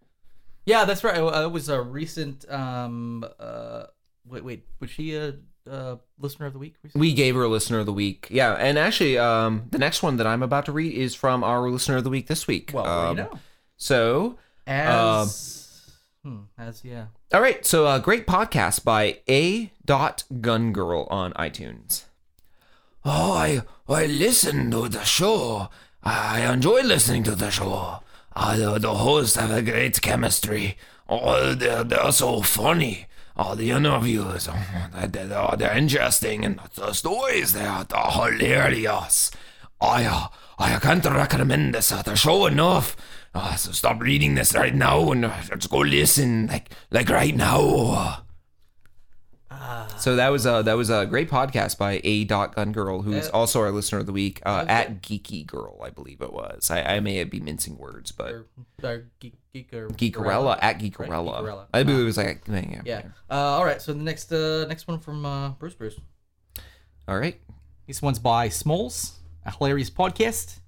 Speaker 5: Yeah, that's right. Uh, It was a recent. Um, uh, wait, wait. Was she a uh, listener of the week? Recently?
Speaker 4: we gave her a listener of the week yeah and actually um, the next one that i'm about to read is from our listener of the week this week
Speaker 5: Well,
Speaker 4: um,
Speaker 5: you know.
Speaker 4: so
Speaker 5: Um, As. hmm, as, yeah.
Speaker 4: All right, so uh, great podcast by A. Dot Gun Girl on iTunes. Oh, I I listen to the show. I enjoy listening to the show. Uh, the, the hosts have a great chemistry. Oh, they're, they're so funny. Oh, the interviews, oh, they- they- they're, they're interesting, and the stories they are they're hilarious. I uh, I can't recommend this uh, the show enough. Uh, so stop reading this right now and uh, just go listen like like right now. So that was a that was a great podcast by a dot gun girl who is also our listener of the week uh, at geeky girl I believe it was I, I may be mincing words but
Speaker 5: or, or geek, geek or
Speaker 4: geekerella at geekerella
Speaker 5: Geekerella.
Speaker 4: I believe it was like yeah, yeah.
Speaker 5: Uh-huh. Yeah. Uh, all right. So the next uh, next one from uh, Bruce Bruce.
Speaker 4: all right
Speaker 5: This one's by Smalls, a hilarious podcast.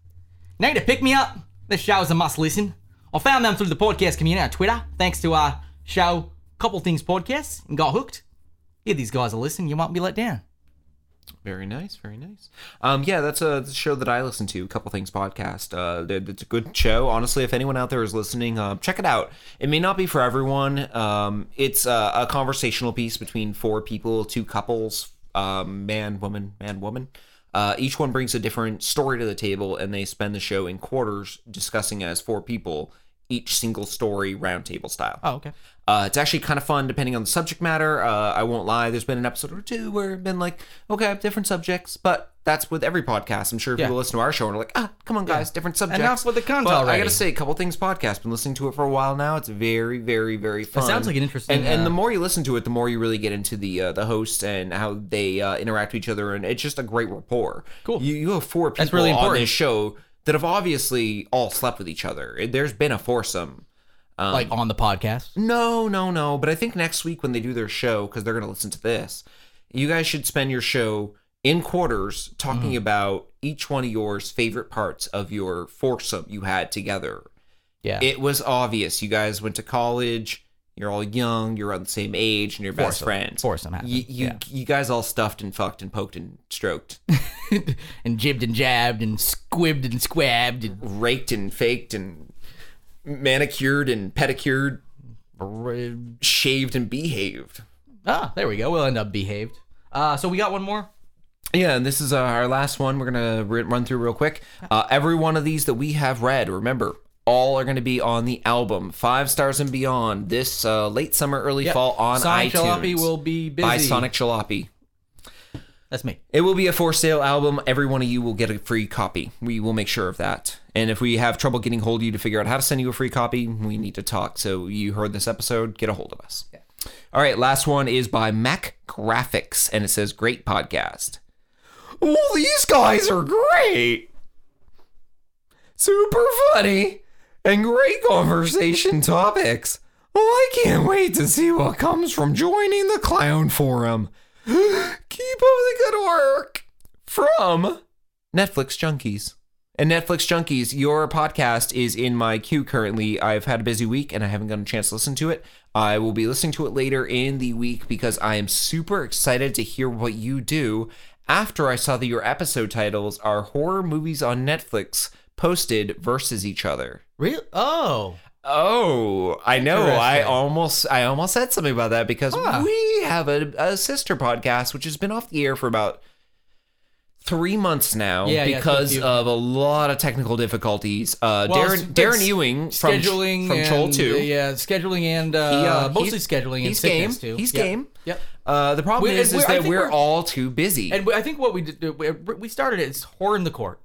Speaker 5: Now to pick me up. This show is a must listen. I found them through the podcast community on Twitter, thanks to our show Couple Things Podcast, and got hooked. Give these guys a listen. You won't be let down.
Speaker 4: Very nice, very nice. Um, yeah, that's a that's a show that I listen to. A couple things podcast. Uh, that- that's a good show. Honestly, if anyone out there is listening, uh, check it out. It may not be for everyone. Um, it's a, a conversational piece between four people, two couples, um, man, woman, man, woman. Uh, each one brings a different story to the table, and they spend the show in quarters discussing as four people each single story roundtable style.
Speaker 5: Oh, okay.
Speaker 4: Uh, it's actually kind of fun depending on the subject matter. Uh, I won't lie, there's been an episode or two where I've been like, okay, different subjects, but that's with every podcast. I'm sure if
Speaker 5: Yeah.
Speaker 4: people listen to our show and are like, ah, come on, guys, different subjects.
Speaker 5: Enough with the content
Speaker 4: But I
Speaker 5: already.
Speaker 4: gotta say, a couple things podcast. Been listening to it for a while now. It's very, very, very fun.
Speaker 5: sounds like an interesting,
Speaker 4: And, and
Speaker 5: uh,
Speaker 4: the more you listen to it, the more you really get into the uh, the hosts and how they uh, interact with each other, and it's just a great rapport.
Speaker 5: Cool.
Speaker 4: You you have four people
Speaker 5: That's really
Speaker 4: on
Speaker 5: important.
Speaker 4: this show that have obviously all slept with each other. There's been a foursome.
Speaker 5: like on the podcast.
Speaker 4: No, no, no. But I think next week when they do their show, because they're going to listen to this, you guys should spend your show in quarters
Speaker 5: Mm.
Speaker 4: talking about each one of yours favorite parts of your foursome you had together.
Speaker 5: Yeah.
Speaker 4: It was obvious. You guys went to college. You're all young. You're on the same age, and your best
Speaker 5: Foursome.
Speaker 4: friends.
Speaker 5: Foursome happened,
Speaker 4: You, you,
Speaker 5: yeah.
Speaker 4: you guys all stuffed and fucked and poked and stroked,
Speaker 5: and jibbed and jabbed and squibbed and squabbed and
Speaker 4: raked and faked and manicured and pedicured, shaved and behaved.
Speaker 5: ah, there we go. We'll end up behaved. Uh, so we got one more.
Speaker 4: Yeah, and this is uh, our last one. We're gonna ri run through real quick. Uh, every one of these that we have read, remember, all are gonna be on the album Five Stars and Beyond this uh, late summer, early
Speaker 5: Yep.
Speaker 4: fall on
Speaker 5: Sonic
Speaker 4: iTunes.
Speaker 5: Jalopy will be busy.
Speaker 4: by Sonic Jalopy.
Speaker 5: That's me.
Speaker 4: It will be a for sale album. Every one of you will get a free copy. We will make sure of that. And if we have trouble getting hold of you to figure out how to send you a free copy, we need to talk. So you heard this episode, get a hold of us. All right, last one is by Mac Graphics, and it says great podcast. Well, these guys are great. Super funny and great conversation topics. Well, I can't wait to see what comes from joining the clown forum. Keep up the good work from Netflix Junkies. And Netflix Junkies, your podcast is in my queue currently. I've had a busy week and I haven't gotten a chance to listen to it. I will be listening to it later in the week because I am super excited to hear what you do after I saw that your episode titles are horror movies on Netflix posted versus each other.
Speaker 5: Real? Oh,
Speaker 4: Oh, I know. I
Speaker 5: Interesting.
Speaker 4: almost I almost said something about that because
Speaker 5: Ah.
Speaker 4: we have a, a sister podcast which has been off the air for about three months now
Speaker 5: Yeah, yeah, it's been a
Speaker 4: because
Speaker 5: few.
Speaker 4: of a lot of technical difficulties. Uh,
Speaker 5: Well, it's-
Speaker 4: Darren Darren
Speaker 5: it's
Speaker 4: Ewing from
Speaker 5: scheduling
Speaker 4: from Troll
Speaker 5: and,
Speaker 4: Two.
Speaker 5: uh, yeah, scheduling and uh,
Speaker 4: uh,
Speaker 5: mostly
Speaker 4: he's-
Speaker 5: scheduling and
Speaker 4: he's
Speaker 5: sickness
Speaker 4: game.
Speaker 5: too.
Speaker 4: He's
Speaker 5: Yep.
Speaker 4: game.
Speaker 5: Yep.
Speaker 4: Uh, the problem
Speaker 5: We-
Speaker 4: is,
Speaker 5: we-
Speaker 4: is
Speaker 5: I
Speaker 4: that
Speaker 5: think
Speaker 4: we're,
Speaker 5: we're-
Speaker 4: all too busy.
Speaker 5: And we- I think what we did, we- we started it, it's horror in the court.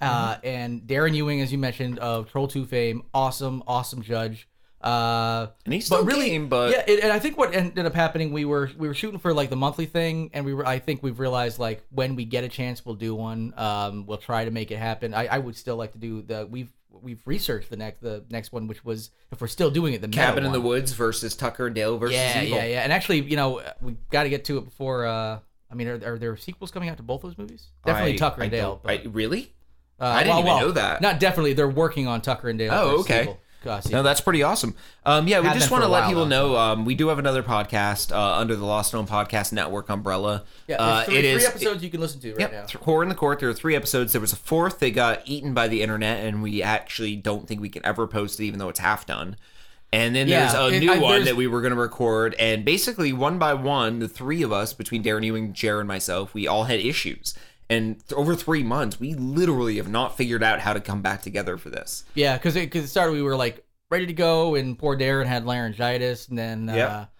Speaker 5: Uh,
Speaker 4: Mm-hmm.
Speaker 5: and Darren Ewing, as you mentioned, of Troll Two fame, awesome, awesome judge. Uh,
Speaker 4: And he's still game, but-
Speaker 5: yeah. It, and I think what ended up happening, we were we were shooting for like the monthly thing, and we were. I think we've realized like when we get a chance, we'll do one. Um, we'll try to make it happen. I, I would still like to do the we've we've researched the next the next one, which was if we're still doing it, the meta
Speaker 4: Cabin in the
Speaker 5: one.
Speaker 4: Woods versus Tucker and Dale versus
Speaker 5: Yeah,
Speaker 4: Evil.
Speaker 5: yeah, yeah. And actually, you know, we got to get to it before. Uh, I mean, are, are there sequels coming out to both those movies? Definitely
Speaker 4: I-
Speaker 5: Tucker and
Speaker 4: I
Speaker 5: Dale.
Speaker 4: don't-
Speaker 5: but,
Speaker 4: I- really?
Speaker 5: uh,
Speaker 4: I didn't even know that.
Speaker 5: Not definitely. They're working on Tucker and Dale.
Speaker 4: Oh,
Speaker 5: for a
Speaker 4: okay.
Speaker 5: sequel, uh, sequel.
Speaker 4: No, that's pretty awesome. Um, yeah, we
Speaker 5: Had
Speaker 4: just
Speaker 5: them
Speaker 4: want to
Speaker 5: for a
Speaker 4: let
Speaker 5: while,
Speaker 4: people
Speaker 5: though.
Speaker 4: know um, we do have another podcast uh, under the Lost Known Podcast Network umbrella.
Speaker 5: yeah,
Speaker 4: uh,
Speaker 5: there's three,
Speaker 4: it
Speaker 5: three
Speaker 4: is.
Speaker 5: episodes you can listen to right
Speaker 4: Yep,
Speaker 5: now.
Speaker 4: th- Horror in the Court. There were three episodes. There was a fourth. They got eaten by the internet, and we actually don't think we can ever post it, even though it's half done. And then
Speaker 5: Yeah,
Speaker 4: there's a
Speaker 5: it-
Speaker 4: new
Speaker 5: I-
Speaker 4: one
Speaker 5: there's-
Speaker 4: that we were going to record. And basically, one by one, the three of us, between Darren Ewing, Jer, and myself, we all had issues. And th- over three months, we literally have not figured out how to come back together for this.
Speaker 5: Yeah, because it, 'cause it started, we were like ready to go, and poor Darren had laryngitis, and then uh,
Speaker 4: Yep.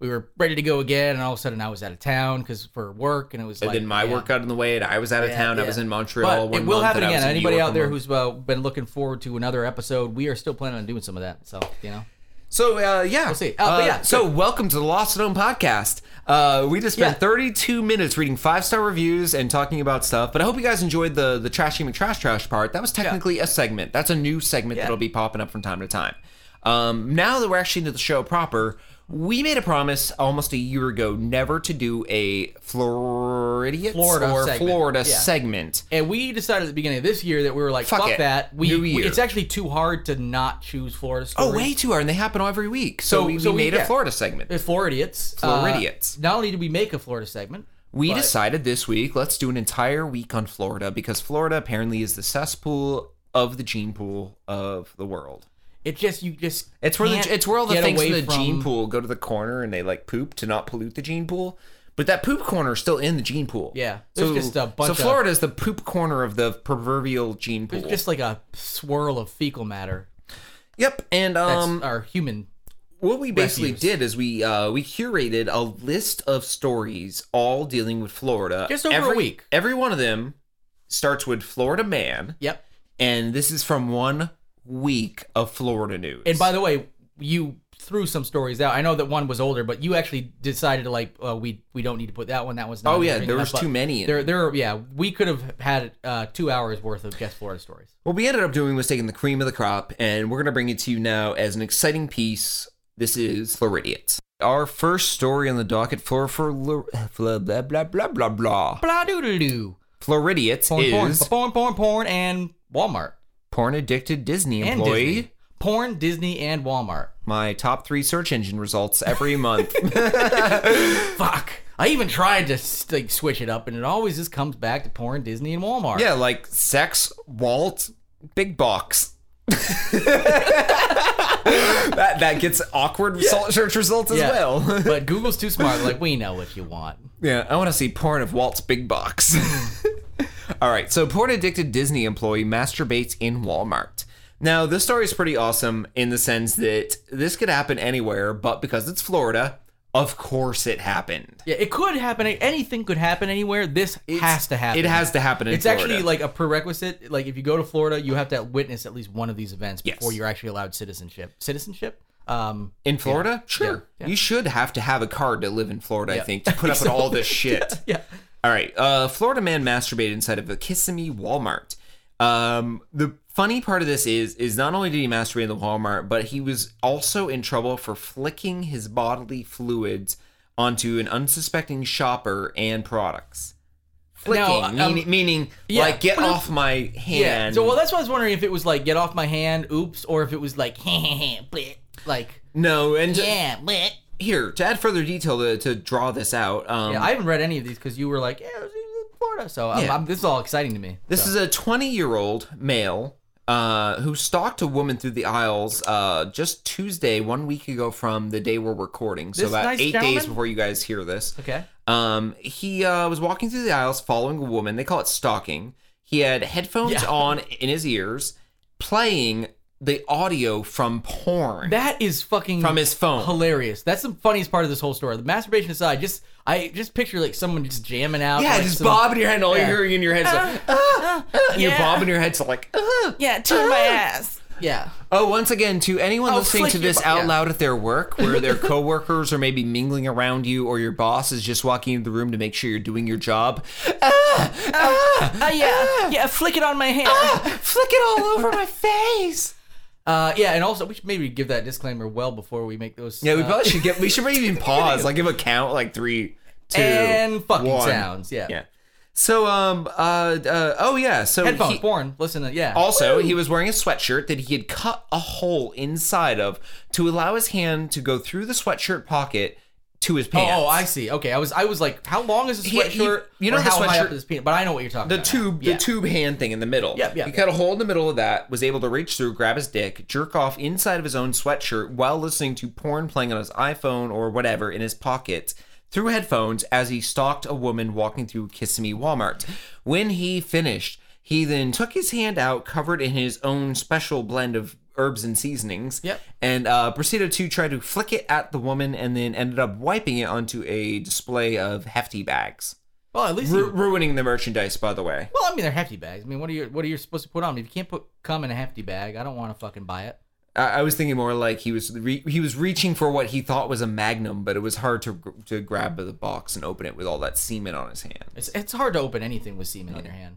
Speaker 5: we were ready to go again, and all of a sudden I was out of town because for work, and it was
Speaker 4: And
Speaker 5: like
Speaker 4: then my
Speaker 5: yeah.
Speaker 4: work got in the way, and I was out of
Speaker 5: Yeah,
Speaker 4: town. I
Speaker 5: yeah.
Speaker 4: was in Montreal.
Speaker 5: But
Speaker 4: one
Speaker 5: it will
Speaker 4: month,
Speaker 5: happen
Speaker 4: and I was
Speaker 5: again.
Speaker 4: in New
Speaker 5: Anybody
Speaker 4: York
Speaker 5: out there
Speaker 4: one month.
Speaker 5: who's uh, been looking forward to another episode, we are still planning on doing some of that. So you know,
Speaker 4: so uh, yeah,
Speaker 5: We'll see. Uh, but
Speaker 4: Uh,
Speaker 5: yeah,
Speaker 4: so welcome to the Lost and Known podcast. Uh, we just spent
Speaker 5: Yeah.
Speaker 4: 32 minutes reading five star reviews and talking about stuff. But I hope you guys enjoyed the the trashy McTrash trash part. That was technically a segment. That's a new segment that'll be popping up from time to time. Um, now that we're actually into the show proper, we made a promise almost a year ago never to do a Floridian
Speaker 5: Florida
Speaker 4: or
Speaker 5: segment.
Speaker 4: Florida
Speaker 5: Yeah.
Speaker 4: segment.
Speaker 5: and we decided at the beginning of this year that we were like,
Speaker 4: Fuck
Speaker 5: fuck,
Speaker 4: it.
Speaker 5: that. We,
Speaker 4: New
Speaker 5: we-
Speaker 4: year.
Speaker 5: it's actually too hard to not choose Florida stories.
Speaker 4: Oh, way too hard, and they happen every week. So,
Speaker 5: So-
Speaker 4: we,
Speaker 5: so
Speaker 4: we
Speaker 5: we-
Speaker 4: made a
Speaker 5: yeah.
Speaker 4: Florida segment.
Speaker 5: Uh, Floridiots.
Speaker 4: Floridiots.
Speaker 5: Uh, not only did we make a Florida segment,
Speaker 4: We
Speaker 5: but-
Speaker 4: decided this week let's do an entire week on Florida because Florida apparently is the cesspool of the gene pool of the world.
Speaker 5: It just you just
Speaker 4: It's where
Speaker 5: can't
Speaker 4: the it's where all the
Speaker 5: get
Speaker 4: things in
Speaker 5: away
Speaker 4: the gene
Speaker 5: from-
Speaker 4: pool go to the corner and they like poop to not pollute the gene pool. But that poop corner is still in the gene pool.
Speaker 5: Yeah, there's just a bunch
Speaker 4: So
Speaker 5: of-
Speaker 4: Florida is the poop corner of the proverbial gene pool.
Speaker 5: There's just like a swirl of fecal matter.
Speaker 4: yep, and
Speaker 5: That's
Speaker 4: um,
Speaker 5: our human.
Speaker 4: what we basically
Speaker 5: refuse.
Speaker 4: did is we uh, we curated a list of stories all dealing with Florida.
Speaker 5: Just over a
Speaker 4: every,
Speaker 5: week.
Speaker 4: Every one of them starts with Florida man.
Speaker 5: Yep.
Speaker 4: and this is from one week of Florida news.
Speaker 5: And by the way, you threw some stories out. I know that one was older, but you actually decided to like uh, we we don't need to put that one. That one's not.
Speaker 4: Oh, yeah,
Speaker 5: bring
Speaker 4: there
Speaker 5: it up,
Speaker 4: was
Speaker 5: but
Speaker 4: too many in
Speaker 5: There there are- yeah, we could have had uh, two hours worth of just Florida stories.
Speaker 4: what we ended up doing was taking the cream of the crop, and we're gonna bring it to you now as an exciting piece. This is Floridians. Our first story on the docket for for blah blah blah blah blah blah.
Speaker 5: Blah doodle doo.
Speaker 4: Floridians
Speaker 5: Porn porn
Speaker 4: is
Speaker 5: porn porn porn and Walmart
Speaker 4: porn addicted Disney
Speaker 5: and
Speaker 4: employee.
Speaker 5: Disney. Porn, Disney, and Walmart.
Speaker 4: My top three search engine results every month.
Speaker 5: Fuck. I even tried to like switch it up, and it always just comes back to porn, Disney, and Walmart.
Speaker 4: yeah, like sex, Walt, big box. that that gets awkward result, search results as
Speaker 5: Yeah.
Speaker 4: well.
Speaker 5: but Google's too smart. Like we know what you want.
Speaker 4: Yeah, I want to see porn of Walt's big box. All right, so porn addicted Disney employee masturbates in Walmart. Now, this story is pretty awesome in the sense that this could happen anywhere, but because it's Florida, of course it happened.
Speaker 5: Yeah, it could happen. Anything could happen anywhere. This has to happen.
Speaker 4: It has to happen in
Speaker 5: It's
Speaker 4: Florida.
Speaker 5: actually like a prerequisite. Like if you go to Florida, you have to witness at least one of these events
Speaker 4: Yes.
Speaker 5: before you're actually allowed citizenship. Citizenship? Um,
Speaker 4: In Florida? Sure.
Speaker 5: Yeah.
Speaker 4: You should have to have a card to live in Florida, I think, to put up with all this shit.
Speaker 5: yeah.
Speaker 4: All right. Uh, Florida man masturbated inside of a Kissimmee Walmart. Um, the funny part of this is is not only did he masturbate in the Walmart, but he was also in trouble for flicking his bodily fluids onto an unsuspecting shopper and products. Flicking,
Speaker 5: Now, um,
Speaker 4: meaning, meaning
Speaker 5: yeah.
Speaker 4: like get
Speaker 5: Well, no-
Speaker 4: off my hand.
Speaker 5: So well, that's why I was wondering if it was like get off my hand, oops, or if it was like bleh, like
Speaker 4: no, and
Speaker 5: yeah, bleh.
Speaker 4: here to add further detail to, to draw this out. Um,
Speaker 5: Yeah, I haven't read any of these because you were like, yeah, it was in Florida. So I'm,
Speaker 4: Yeah.
Speaker 5: I'm, this is all exciting to me.
Speaker 4: This is a 20 year old male uh, who stalked a woman through the aisles uh, just Tuesday, one week ago from the day we're recording. So
Speaker 5: This
Speaker 4: about
Speaker 5: nice
Speaker 4: eight days
Speaker 5: gentleman?
Speaker 4: before you guys hear this.
Speaker 5: okay.
Speaker 4: Um, he uh, was walking through the aisles following a woman. They call it stalking. He had headphones
Speaker 5: Yeah.
Speaker 4: on in his ears, playing the audio from porn.
Speaker 5: That is fucking
Speaker 4: From his phone.
Speaker 5: Hilarious. That's the funniest part of this whole story. The masturbation aside, just I just picture like someone just jamming out.
Speaker 4: yeah,
Speaker 5: like,
Speaker 4: just
Speaker 5: some-
Speaker 4: bobbing your head, and all
Speaker 5: Yeah.
Speaker 4: you're hearing in your head is like, "Ah, ah," and you're
Speaker 5: yeah.
Speaker 4: bobbing your head, so like, "Ah."
Speaker 3: Yeah, turn my ass.
Speaker 5: Yeah.
Speaker 4: Oh, once again, to anyone listening
Speaker 5: flick
Speaker 4: to
Speaker 5: Oh, your
Speaker 4: this
Speaker 5: bu-
Speaker 4: out
Speaker 5: yeah.
Speaker 4: loud at their work, where their coworkers are maybe mingling around you, or your boss is just walking into the room to make sure you're doing your job. Ah, ah,
Speaker 3: Oh yeah, yeah, flick it on my hand.
Speaker 4: ah, flick it all over my face.
Speaker 5: Uh, yeah, and also we should maybe give that disclaimer well before we make those.
Speaker 4: Yeah, we
Speaker 5: uh,
Speaker 4: probably should get. We should maybe even pause. Like give a count, like three, two,
Speaker 5: and fucking
Speaker 4: one.
Speaker 5: sounds. Yeah.
Speaker 4: Yeah. So um uh, uh oh yeah so
Speaker 5: Headphones,
Speaker 4: he-
Speaker 5: porn. Listen, to, yeah.
Speaker 4: Also, he was wearing a sweatshirt that he had cut a hole inside of to allow his hand to go through the sweatshirt pocket to his pants.
Speaker 5: Oh, I see. Okay, I was I was like, how long is this
Speaker 4: He-
Speaker 5: sweatshirt?
Speaker 4: he- you know
Speaker 5: or
Speaker 4: the
Speaker 5: how high
Speaker 4: sweatshirt-
Speaker 5: up is this peanut? But I know what you're talking
Speaker 4: the
Speaker 5: about.
Speaker 4: tube,
Speaker 5: yeah.
Speaker 4: the tube hand thing in the middle.
Speaker 5: Yep, yep,
Speaker 4: He cut a hole in the middle of that, was able to reach through, grab his dick, jerk off inside of his own sweatshirt while listening to porn playing on his iPhone or whatever in his pocket through headphones as he stalked a woman walking through Kissimmee Walmart. When he finished, he then took his hand out, covered in his own special blend of herbs and seasonings,
Speaker 5: Yep.
Speaker 4: and uh, proceeded to try to flick it at the woman and then ended up wiping it onto a display of hefty bags.
Speaker 5: Well, at least. he-
Speaker 4: Ru- ruining the merchandise, by the way.
Speaker 5: well, I mean, they're hefty bags. I mean, what are you what are you supposed to put on? If you can't put cum in a hefty bag, I don't want to fucking buy it.
Speaker 4: I, I was thinking more like he was re- he was reaching for what he thought was a magnum, but it was hard to gr- to grab the box and open it with all that semen on his hand.
Speaker 5: It's it's hard to open anything with semen on your hand.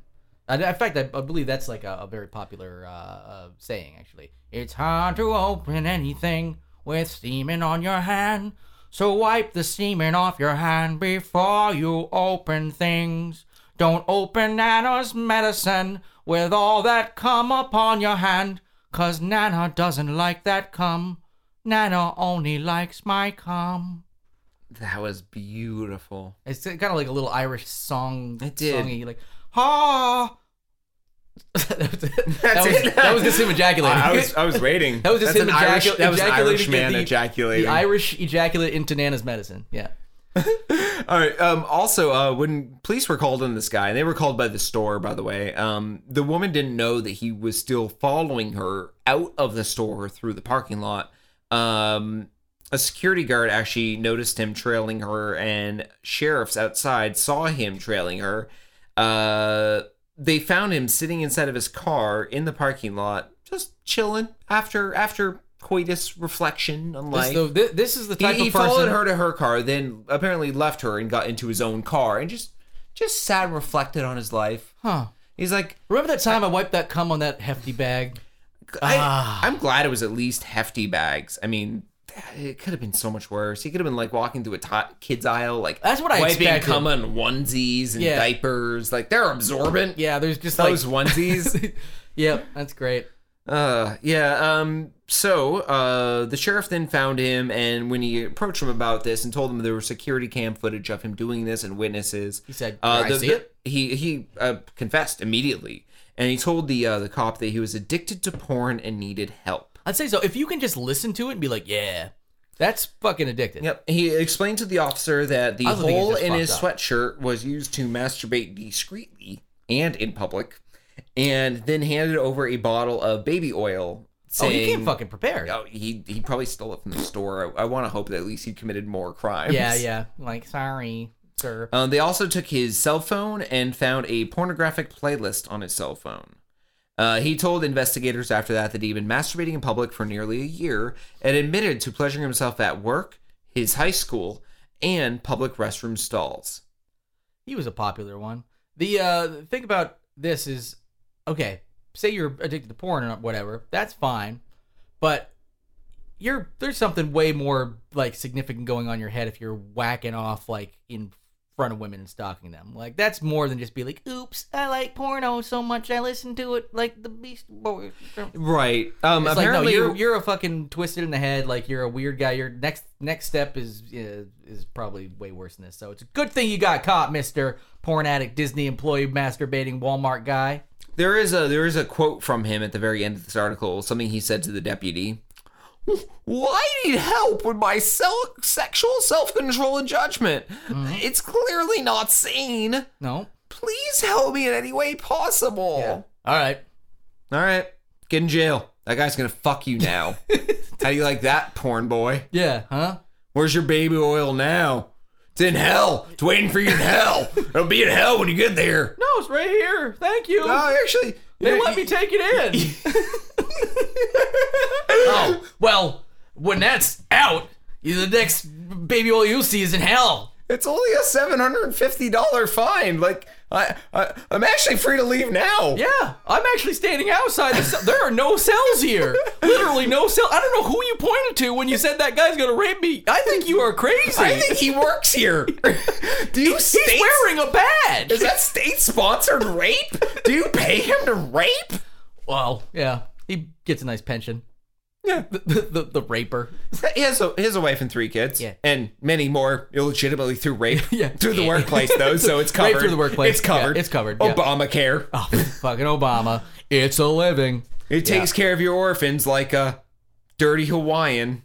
Speaker 5: I, in fact, I, I believe that's like a, a very popular uh, uh, saying. Actually, it's hard to open anything with semen on your hand. So wipe the semen off your hand before you open things. Don't open Nana's medicine with all that cum upon your hand, 'cause Nana doesn't like that cum. Nana only likes my cum.
Speaker 4: That was beautiful.
Speaker 5: It's kind of like a little Irish song.
Speaker 4: It did.
Speaker 5: Songy, like, ha. that, was, that,
Speaker 4: it.
Speaker 5: was, that was just him ejaculating.
Speaker 4: I was waiting.
Speaker 5: that was just him ejacul- ejaculating. at the-
Speaker 4: ejaculating.
Speaker 5: The Irish ejaculate into Nana's medicine. Yeah.
Speaker 4: All right. Um, also, uh, when police were called on this guy, and they were called by the store, by the way, um, the woman didn't know that he was still following her out of the store through the parking lot. Um, a security guard actually noticed him trailing her, and sheriffs outside saw him trailing her. Uh, they found him sitting inside of his car in the parking lot, just chilling after after coitus reflection on
Speaker 5: This,
Speaker 4: life.
Speaker 5: is the, thi- this is the
Speaker 4: He,
Speaker 5: type
Speaker 4: he
Speaker 5: of person.
Speaker 4: followed her to her car, then apparently left her and got into his own car and just just sat and reflected on his life.
Speaker 5: Huh.
Speaker 4: He's like,
Speaker 5: Remember that time I wiped that cum on that hefty bag?
Speaker 4: I,
Speaker 5: Ah.
Speaker 4: I'm glad it was at least hefty bags. I mean, it could have been so much worse. He could have been like walking through a tot kids aisle, like
Speaker 5: That's what I
Speaker 4: wiping
Speaker 5: expected.
Speaker 4: cum on onesies and
Speaker 5: Yeah.
Speaker 4: diapers. Like they're absorbent.
Speaker 5: Yeah, there's just
Speaker 4: Those
Speaker 5: like.
Speaker 4: onesies.
Speaker 5: Yep, that's great.
Speaker 4: Uh, yeah. Um. So, uh, the sheriff then found him, and when he approached him about this and told him there was security cam footage of him doing this and witnesses, he
Speaker 5: said,
Speaker 4: uh,
Speaker 5: "I
Speaker 4: the-
Speaker 5: see
Speaker 4: the-
Speaker 5: it."
Speaker 4: He he uh, confessed immediately, and he told the uh, the cop that he was addicted to porn and needed help.
Speaker 5: I'd say so. If you can just listen to it and be like, yeah, that's fucking addicted.
Speaker 4: Yep. He explained to the officer that the
Speaker 5: I also think he's
Speaker 4: hole
Speaker 5: just
Speaker 4: in his
Speaker 5: fucked
Speaker 4: sweatshirt was used to masturbate discreetly and in public, and then handed over a bottle of baby oil.
Speaker 5: oh,
Speaker 4: Saying,
Speaker 5: you came fucking prepared.
Speaker 4: Oh, he he probably stole it from the store. I, I want to hope that at least he committed more crimes. Uh,
Speaker 5: Yeah, yeah. Like, sorry, sir.
Speaker 4: Um, they also took his cell phone and found a pornographic playlist on his cell phone. Uh, he told investigators after that that he'd been masturbating in public for nearly a year and admitted to pleasuring himself at work, his high school, and public restroom stalls.
Speaker 5: He was a popular one. The uh, thing about this is, okay, say you're addicted to porn or whatever, that's fine, but you're there's something way more like significant going on in your head if you're whacking off like in front of women and stalking them. Like that's more than just be like, "Oops, I like porno so much, I listen to it like the Beast Boys."
Speaker 4: Right. Um,
Speaker 5: It's like no,
Speaker 4: apparently,
Speaker 5: you're you're a fucking twisted in the head. Like you're a weird guy. Your next next step is uh, is probably way worse than this. So it's a good thing you got caught, Mister Porn Addict, Disney employee, masturbating Walmart guy.
Speaker 4: There is a there is a quote from him at the very end of this article. Something he said to the deputy. Well, I need help with my sel- sexual self control and judgment. It's clearly not sane.
Speaker 5: No.
Speaker 4: Please help me in any way possible.
Speaker 5: All right.
Speaker 4: All right, get in jail. That guy's gonna fuck you now. How do you like that, porn boy?
Speaker 5: Yeah. Huh.
Speaker 4: Where's your baby oil now? It's in hell. It's waiting for you in hell. It'll be in hell when you get there.
Speaker 5: No, it's right here. Thank you.
Speaker 4: Oh, actually,
Speaker 5: take it in. oh well, when that's out, you- the next baby oil you see is in hell.
Speaker 4: It's only a seven hundred and fifty dollar fine. Like I, I, I'm actually free to leave now.
Speaker 5: Yeah, I'm actually standing outside. The cell. There are no cells here. Literally no cell. I don't know who you pointed to when you said that guy's gonna rape me. I think you are crazy.
Speaker 4: I think he works here. Do you
Speaker 5: he's
Speaker 4: state-
Speaker 5: wearing a badge.
Speaker 4: Is that state sponsored rape? Do you pay him to rape?
Speaker 5: Well, yeah, he gets a nice pension.
Speaker 4: Yeah.
Speaker 5: The the, the, the raper.
Speaker 4: He has a he has a wife and three kids.
Speaker 5: Yeah.
Speaker 4: And many more illegitimately through rape.
Speaker 5: Yeah.
Speaker 4: Through the workplace though, so it's covered.
Speaker 5: Rape through the workplace.
Speaker 4: It's covered.
Speaker 5: Yeah, it's covered, yeah.
Speaker 4: Obamacare.
Speaker 5: Oh, fucking Obama. It's a living.
Speaker 4: It takes care of your orphans like a dirty Hawaiian.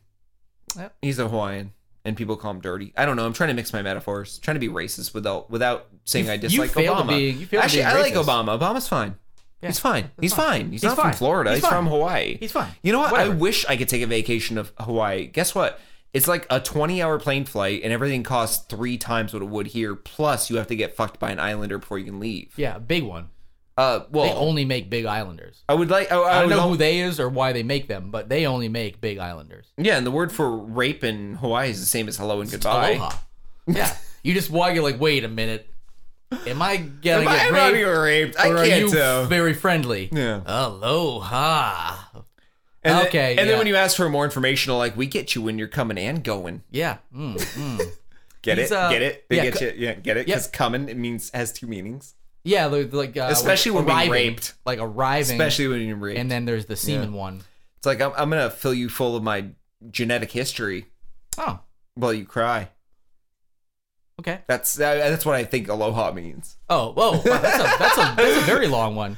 Speaker 5: Yep.
Speaker 4: He's a Hawaiian, and people call him dirty. I don't know. I'm trying to mix my metaphors. Trying to be racist without without saying I dislike
Speaker 5: failed to
Speaker 4: Obama.
Speaker 5: be- you failed to
Speaker 4: Actually,
Speaker 5: be
Speaker 4: I like
Speaker 5: racist.
Speaker 4: Obama. Obama's fine. he's fine. He's fine. He's, not
Speaker 5: fine.
Speaker 4: from Florida.
Speaker 5: He's
Speaker 4: He's,
Speaker 5: fine.
Speaker 4: from Hawaii.
Speaker 5: He's fine.
Speaker 4: You know what? I
Speaker 5: Whatever.
Speaker 4: wish I could take a vacation of Hawaii. Guess what? It's like a 20 hour plane flight, and everything costs three times what it would here. Plus, you have to get fucked by an islander before you can leave.
Speaker 5: Yeah, a big one.
Speaker 4: Uh, well,
Speaker 5: They only make big islanders.
Speaker 4: I would like. I, I
Speaker 5: I don't
Speaker 4: would
Speaker 5: know
Speaker 4: al-
Speaker 5: who they is or why they make them, but they only make big islanders.
Speaker 4: Yeah, and the word for rape in Hawaii is the same as hello and goodbye.
Speaker 5: Aloha. Yeah. you just walk. You're like, wait a minute. Am I gonna
Speaker 4: Am I
Speaker 5: get
Speaker 4: am not
Speaker 5: raped?
Speaker 4: being raped? I
Speaker 5: or are you
Speaker 4: can't tell.
Speaker 5: very friendly?
Speaker 4: Yeah.
Speaker 5: Aloha.
Speaker 4: and then-
Speaker 5: okay,
Speaker 4: and
Speaker 5: yeah.
Speaker 4: then when you ask for more information, like we get you when you're coming and going.
Speaker 5: Yeah. Mm, mm.
Speaker 4: Get
Speaker 5: He's,
Speaker 4: it?
Speaker 5: uh,
Speaker 4: get it? They
Speaker 5: yeah,
Speaker 4: get
Speaker 5: co-
Speaker 4: you? Yeah, get it?
Speaker 5: Yep.
Speaker 4: Because coming it means has two meanings,
Speaker 5: yeah. Like, like, uh,
Speaker 4: Especially when being
Speaker 5: arriving,
Speaker 4: raped.
Speaker 5: Like arriving.
Speaker 4: especially when you're raped.
Speaker 5: And then there's the semen one.
Speaker 4: it's like I'm, I'm gonna fill you full of my genetic history
Speaker 5: Oh.
Speaker 4: while you cry.
Speaker 5: Okay.
Speaker 4: That's uh, that's what I think aloha means.
Speaker 5: Oh. Whoa. Wow, that's a that's a that's a very long one.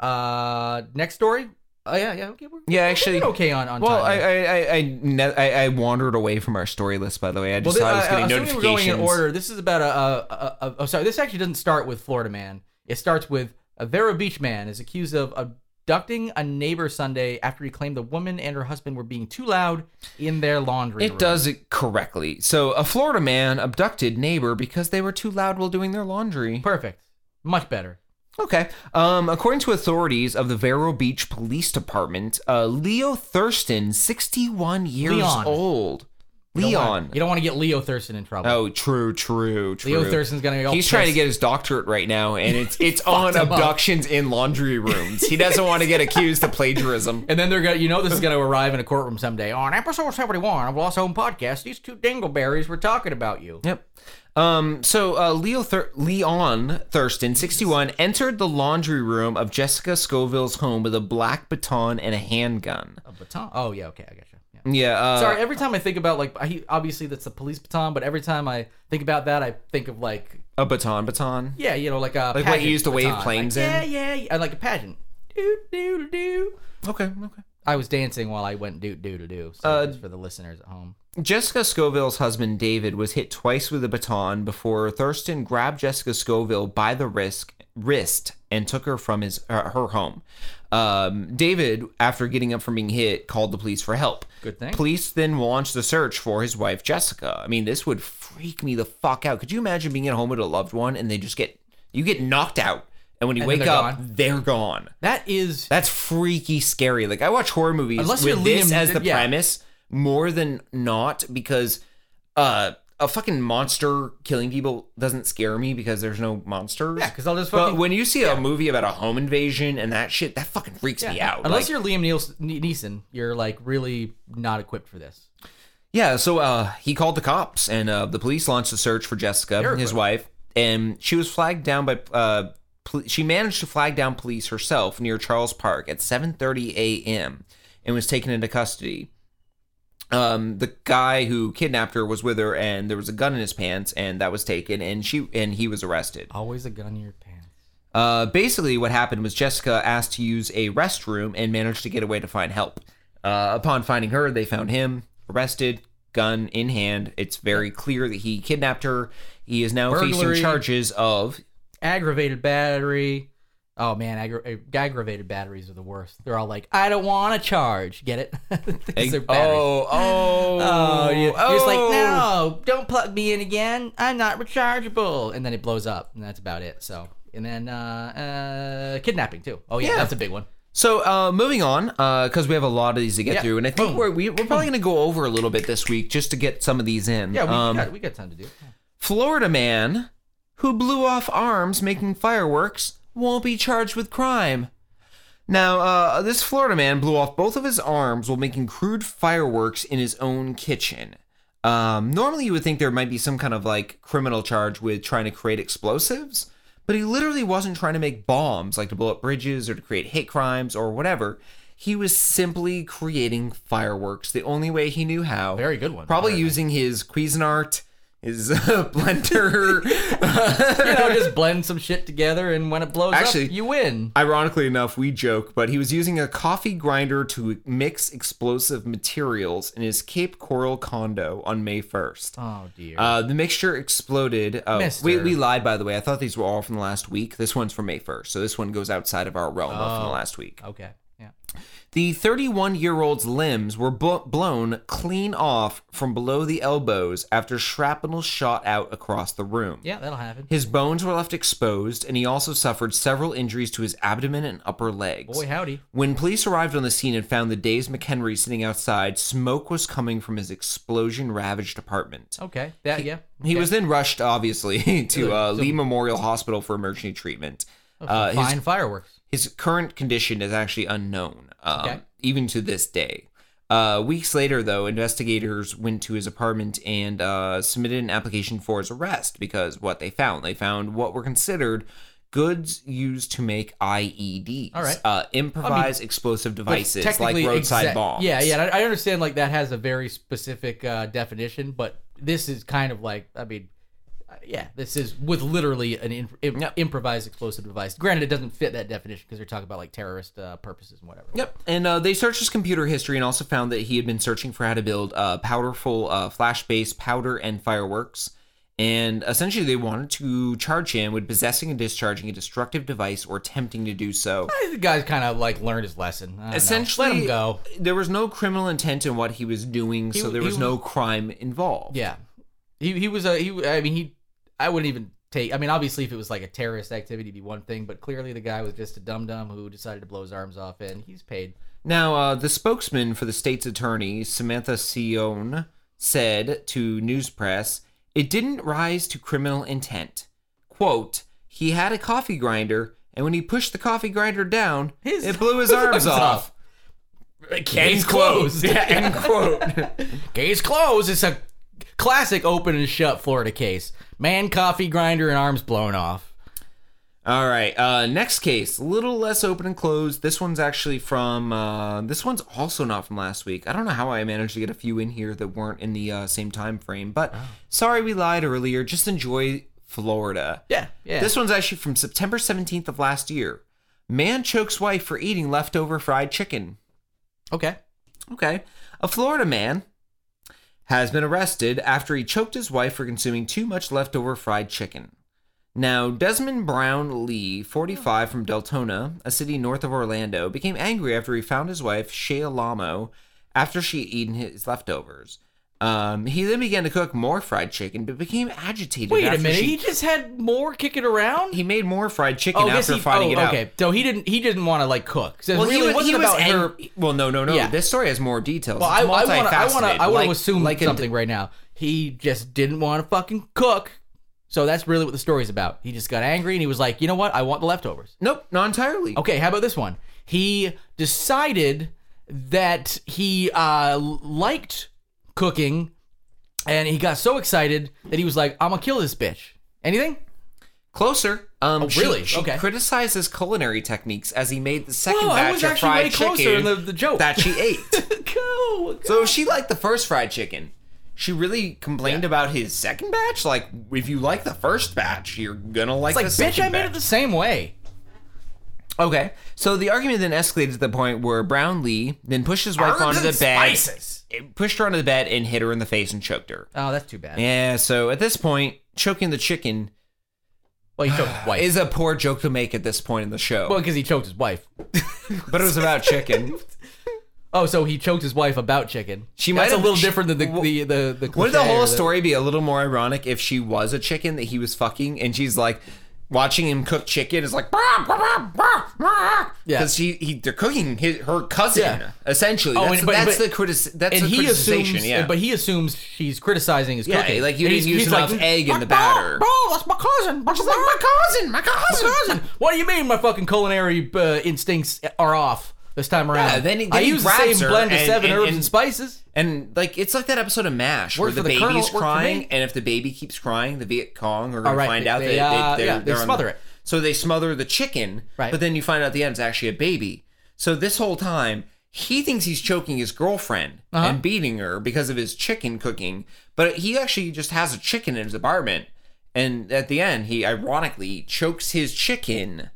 Speaker 5: Uh. Next story. Oh yeah. Yeah. Okay. We're,
Speaker 4: Yeah,
Speaker 5: we're
Speaker 4: actually-
Speaker 5: doing okay on on
Speaker 4: Well,
Speaker 5: time.
Speaker 4: I I, I, I, ne- I I wandered away from our story list. By the way, I just
Speaker 5: Well,
Speaker 4: thought I was
Speaker 5: thi- I- I-
Speaker 4: getting
Speaker 5: assuming
Speaker 4: notifications.
Speaker 5: we're going in order, this is about a, a, a, a- Oh, sorry. This actually doesn't start with Florida man. It starts with a Vero Beach man is accused of abducting a neighbor Sunday after he claimed the woman and her husband were being too loud in their laundry room.
Speaker 4: It does it correctly. So, a Florida man abducted neighbor because they were too loud while doing their laundry.
Speaker 5: Perfect. Much better.
Speaker 4: Okay. Um, according to authorities of the Vero Beach Police Department, uh, Leo Thurston, 61 years
Speaker 5: Leon.
Speaker 4: old.
Speaker 5: You don't wanna-
Speaker 4: Leon.
Speaker 5: You don't want to get Leo Thurston in trouble.
Speaker 4: Oh, true, true, true.
Speaker 5: Leo Thurston's gonna be all
Speaker 4: He's trying to
Speaker 5: pissed.
Speaker 4: get his doctorate right now, and it's it's on
Speaker 5: him up.
Speaker 4: abductions in laundry rooms. He doesn't want to get accused of plagiarism.
Speaker 5: And then they're gonna, you know, this is gonna arrive in a courtroom someday. On episode seventy-one of Lost Home Podcast, these two dingleberries were talking about you.
Speaker 4: Yep. Um, so uh, Leo Thur- Leon Thurston, 61, entered the laundry room of Jessica Scoville's home with a black baton and a handgun.
Speaker 5: A baton. Oh yeah, okay, I got you. Yeah.
Speaker 4: Yeah. Uh,
Speaker 5: Sorry, every time I think about like I, obviously that's the police baton, but every time I think about that, I think of like
Speaker 4: A baton, baton.
Speaker 5: yeah, you know, like a
Speaker 4: Like what you
Speaker 5: pageant
Speaker 4: used to wave
Speaker 5: baton.
Speaker 4: planes
Speaker 5: like,
Speaker 4: in?
Speaker 5: Yeah, yeah, yeah, like a pageant. Doo doo doo.
Speaker 4: Okay. Okay.
Speaker 5: I was dancing while I went doo doo doo. So
Speaker 4: Uh,
Speaker 5: just for the listeners at home.
Speaker 4: Jessica Scoville's husband David was hit twice with a baton before Thurston grabbed Jessica Scoville by the wrist, wrist and took her from his uh, her, her home. Um, David, after getting up from being hit, called the police for help.
Speaker 5: Good thing.
Speaker 4: Police then launched the search for his wife Jessica. I mean, this would freak me the fuck out. Could you imagine being at home with a loved one and they just get you get knocked out and when you
Speaker 5: And then
Speaker 4: wake
Speaker 5: they're
Speaker 4: up,
Speaker 5: gone.
Speaker 4: they're gone.
Speaker 5: That is
Speaker 4: That's freaky scary. Like I watch horror movies
Speaker 5: Unless
Speaker 4: with
Speaker 5: you're
Speaker 4: this
Speaker 5: Liam-
Speaker 4: as the
Speaker 5: yeah.
Speaker 4: premise more than not because uh a fucking monster killing people doesn't scare me because there's no monsters.
Speaker 5: Yeah, 'cause I'll just
Speaker 4: But
Speaker 5: fucking-
Speaker 4: when you see a movie about a home invasion and that shit, that fucking freaks me out. Like,
Speaker 5: Unless you're Liam Nees- Ne- Neeson, you're like really not equipped for this.
Speaker 4: Yeah, so uh, he called the cops, and uh, the police launched a search for Jessica,
Speaker 5: Very
Speaker 4: his
Speaker 5: quick.
Speaker 4: wife, and she was flagged down by. Uh, pol- she managed to flag down police herself near Charles Park at 7:30 a.m. and was taken into custody. Um, the guy who kidnapped her was with her, and there was a gun in his pants, and that was taken, and she and he was arrested.
Speaker 5: Always a gun in your pants.
Speaker 4: Uh, basically, what happened was Jessica asked to use a restroom and managed to get away to find help. Uh, upon finding her, they found him arrested, gun in hand. It's very clear that he kidnapped her. He is now
Speaker 5: Burglary.
Speaker 4: facing charges of
Speaker 5: Aggravated battery. Oh man, aggra- ag- aggravated batteries are the worst. They're all like, I don't want to charge. Get it? These are batteries.
Speaker 4: oh oh
Speaker 5: Oh, you- you're just like,
Speaker 4: oh.
Speaker 5: no, don't plug me in again. I'm not rechargeable. And then it blows up, and that's about it. So, and then uh, uh, kidnapping too. Oh yeah,
Speaker 4: Yeah.
Speaker 5: that's a big one.
Speaker 4: So uh, moving on, because we have a lot of these to get
Speaker 5: Yeah.
Speaker 4: through, and I think
Speaker 5: Boom.
Speaker 4: we're we, we're probably going to go over a little bit this week just to get some of these in.
Speaker 5: Yeah, we,
Speaker 4: Um,
Speaker 5: got, we got time to do.
Speaker 4: Florida man who blew off arms making fireworks won't be charged with crime. Now, uh, this Florida man blew off both of his arms while making crude fireworks in his own kitchen. Um, normally, you would think there might be some kind of like criminal charge with trying to create explosives, but he literally wasn't trying to make bombs like to blow up bridges or to create hate crimes or whatever. He was simply creating fireworks the only way he knew how.
Speaker 5: Very good one.
Speaker 4: Probably
Speaker 5: Very
Speaker 4: using his Cuisinart, his uh, blender.
Speaker 5: you know, just blend some shit together, and when it blows
Speaker 4: Actually-
Speaker 5: up, you win.
Speaker 4: Ironically enough, we joke, but he was using a coffee grinder to mix explosive materials in his Cape Coral condo on May 1st.
Speaker 5: Oh dear.
Speaker 4: Uh, the mixture exploded. Uh,
Speaker 5: Mister.
Speaker 4: we, we lied, by the way. I thought these were all from the last week. This one's from May 1st, so this one goes outside of our realm of from
Speaker 5: Oh.
Speaker 4: the last week.
Speaker 5: okay. Yeah.
Speaker 4: The 31 year old's limbs were bl- blown clean off from below the elbows after shrapnel shot out across the room.
Speaker 5: Yeah, that'll happen.
Speaker 4: His bones were left exposed, and he also suffered several injuries to his abdomen and upper legs.
Speaker 5: Boy, howdy.
Speaker 4: When police arrived on the scene and found the Days McHenry sitting outside, smoke was coming from his explosion ravaged apartment.
Speaker 5: Okay. That yeah.
Speaker 4: He was then rushed, obviously, to uh,
Speaker 5: So-
Speaker 4: Lee Memorial Hospital for emergency treatment. Uh, his
Speaker 5: Fine fireworks.
Speaker 4: his current condition is actually unknown, um,
Speaker 5: Okay.
Speaker 4: even to this day. Uh, weeks later, though, investigators went to his apartment and uh, submitted an application for his arrest because what they found, they found what were considered goods used to make IEDs,
Speaker 5: All right.
Speaker 4: uh, improvised explosive devices like
Speaker 5: technically
Speaker 4: roadside
Speaker 5: exact-
Speaker 4: bombs.
Speaker 5: Yeah, yeah. and I, I understand like that has a very specific uh, definition, but this is kind of like I mean, uh, yeah, this is with literally an imp- im-
Speaker 4: Yep.
Speaker 5: improvised explosive device. Granted, it doesn't fit that definition because they're talking about like terrorist uh, purposes and whatever.
Speaker 4: Yep. And uh, they searched his computer history and also found that he had been searching for how to build uh, powerful uh, flash based powder and fireworks. And essentially, they wanted to charge him with possessing and discharging a destructive device or attempting to do so.
Speaker 5: I think The guy's kind of like learned his lesson. I don't know.
Speaker 4: Essentially,
Speaker 5: let him go.
Speaker 4: there was no criminal intent in what he was doing, so there
Speaker 5: he
Speaker 4: was
Speaker 5: was-
Speaker 4: no crime involved.
Speaker 5: Yeah, he he was a he. I mean, he. I wouldn't even take. I mean, obviously, if it was like a terrorist activity, it'd be one thing. But clearly, the guy was just a dum dum who decided to blow his arms off, and he's paid.
Speaker 4: Now, uh, the spokesman for the state's attorney, Samantha Sion, said to news press, "It didn't rise to criminal intent." Quote: He had a coffee grinder, and when he pushed the coffee grinder down,
Speaker 5: His-
Speaker 4: it blew his arms off.
Speaker 5: Case closed.
Speaker 4: Yeah, end quote.
Speaker 5: Case closed. It's a classic open and shut Florida case. Man, coffee grinder, and arms blown off.
Speaker 4: All right. Uh, next case, a little less open and closed. This one's actually from. Uh, this one's also not from last week. I don't know how I managed to get a few in here that weren't in the uh, same time frame, but sorry we lied earlier. Just enjoy Florida.
Speaker 5: Yeah, yeah.
Speaker 4: This one's actually from September 17th of last year. Man chokes wife for eating leftover fried chicken.
Speaker 5: okay.
Speaker 4: Okay. A Florida man has been arrested after he choked his wife for consuming too much leftover fried chicken. Now, Desmond Brown Lee, 45, from Deltona, a city north of Orlando, became angry after he found his wife, Shea Lamo, after she had eaten his leftovers. Um, he then began to cook more fried chicken, but became agitated.
Speaker 5: Wait a
Speaker 4: after
Speaker 5: minute,
Speaker 4: she-
Speaker 5: he just had more kicking around. Oh,
Speaker 4: he made more fried chicken
Speaker 5: I guess
Speaker 4: after finding it out.
Speaker 5: okay. So he didn't. He didn't want to like cook. So it
Speaker 4: Well,
Speaker 5: really
Speaker 4: he was,
Speaker 5: wasn't
Speaker 4: he was
Speaker 5: about her.
Speaker 4: ang- Well, no, no, no.
Speaker 5: Yeah.
Speaker 4: This story has more details.
Speaker 5: Well, I
Speaker 4: It's
Speaker 5: want to. I want
Speaker 4: multifaceted,
Speaker 5: to. I want
Speaker 4: like-
Speaker 5: to assume
Speaker 4: like a-
Speaker 5: something right now. He just didn't want to fucking cook. So that's really what the story's about. He just got angry and he was like, you know what? I want the leftovers.
Speaker 4: nope, not entirely.
Speaker 5: Okay, how about this one? He decided that he uh, liked cooking, and he got so excited that he was like, "I'm gonna kill this bitch." Anything?
Speaker 4: Closer. Um,
Speaker 5: Oh,
Speaker 4: she-
Speaker 5: really?
Speaker 4: She,
Speaker 5: Okay.
Speaker 4: criticizes culinary techniques as he made the second
Speaker 5: Whoa, I
Speaker 4: batch
Speaker 5: was
Speaker 4: of
Speaker 5: actually
Speaker 4: fried
Speaker 5: way
Speaker 4: chicken
Speaker 5: closer in the- the joke.
Speaker 4: that she ate.
Speaker 5: Go.
Speaker 4: so she liked the first fried chicken. She really complained about his second batch. Like, if you like the first batch, you're gonna like
Speaker 5: It's like,
Speaker 4: the
Speaker 5: bitch,
Speaker 4: second
Speaker 5: I made it
Speaker 4: batch."
Speaker 5: the same way.
Speaker 4: Okay. So the argument then escalated to the point where Brown Lee then pushed his wife onto the bed, pushed her onto the bed, and hit her in the face and choked her.
Speaker 5: Oh, that's too bad.
Speaker 4: Yeah, so at this point, choking the chicken
Speaker 5: Well, he choked his wife.
Speaker 4: is a poor joke to make at this point in the show.
Speaker 5: well, because he choked his wife.
Speaker 4: but it was about chicken.
Speaker 5: Oh, so he choked his wife about chicken.
Speaker 4: She might
Speaker 5: That's a
Speaker 4: have-
Speaker 5: little
Speaker 4: she-
Speaker 5: different than the the the. the
Speaker 4: Wouldn't the
Speaker 5: cliche or
Speaker 4: whole story be a little more ironic if she was a chicken that he was fucking and she's like watching him cook chicken is like
Speaker 5: Yeah.
Speaker 4: because she he they're cooking his, her cousin
Speaker 5: Yeah.
Speaker 4: essentially
Speaker 5: Oh,
Speaker 4: that's,
Speaker 5: and- but-
Speaker 4: that's
Speaker 5: but-
Speaker 4: the critic that's
Speaker 5: And
Speaker 4: the
Speaker 5: he
Speaker 4: criticization
Speaker 5: assumes,
Speaker 4: yeah
Speaker 5: but he assumes she's criticizing his
Speaker 4: Yeah,
Speaker 5: cooking.
Speaker 4: like, you
Speaker 5: And
Speaker 4: didn't use enough egg in the batter.
Speaker 5: Bro, bro, that's my cousin. That's my,
Speaker 4: cousin my
Speaker 5: cousin. What do you mean my fucking culinary uh, instincts are off this time around?
Speaker 4: Yeah, then he-
Speaker 5: I
Speaker 4: then he
Speaker 5: use the
Speaker 4: grabs
Speaker 5: same
Speaker 4: her
Speaker 5: blend of
Speaker 4: and-
Speaker 5: seven
Speaker 4: and-
Speaker 5: herbs
Speaker 4: and-
Speaker 5: and spices.
Speaker 4: And like it's like that episode of Mash
Speaker 5: Work
Speaker 4: where the
Speaker 5: for the
Speaker 4: baby's
Speaker 5: colonel, work for
Speaker 4: crying,
Speaker 5: me.
Speaker 4: and if the baby keeps crying, the Viet Cong are gonna
Speaker 5: Oh, right,
Speaker 4: find
Speaker 5: they-
Speaker 4: out
Speaker 5: they,
Speaker 4: that they,
Speaker 5: uh,
Speaker 4: they're,
Speaker 5: yeah, they
Speaker 4: they're on-
Speaker 5: smother it.
Speaker 4: So they smother the chicken,
Speaker 5: Right.
Speaker 4: But then you find out at the end it's actually a baby. So this whole time he thinks he's choking his girlfriend
Speaker 5: Uh-huh.
Speaker 4: and beating her because of his chicken cooking, but he actually just has a chicken in his apartment. And at the end, he ironically chokes his chicken,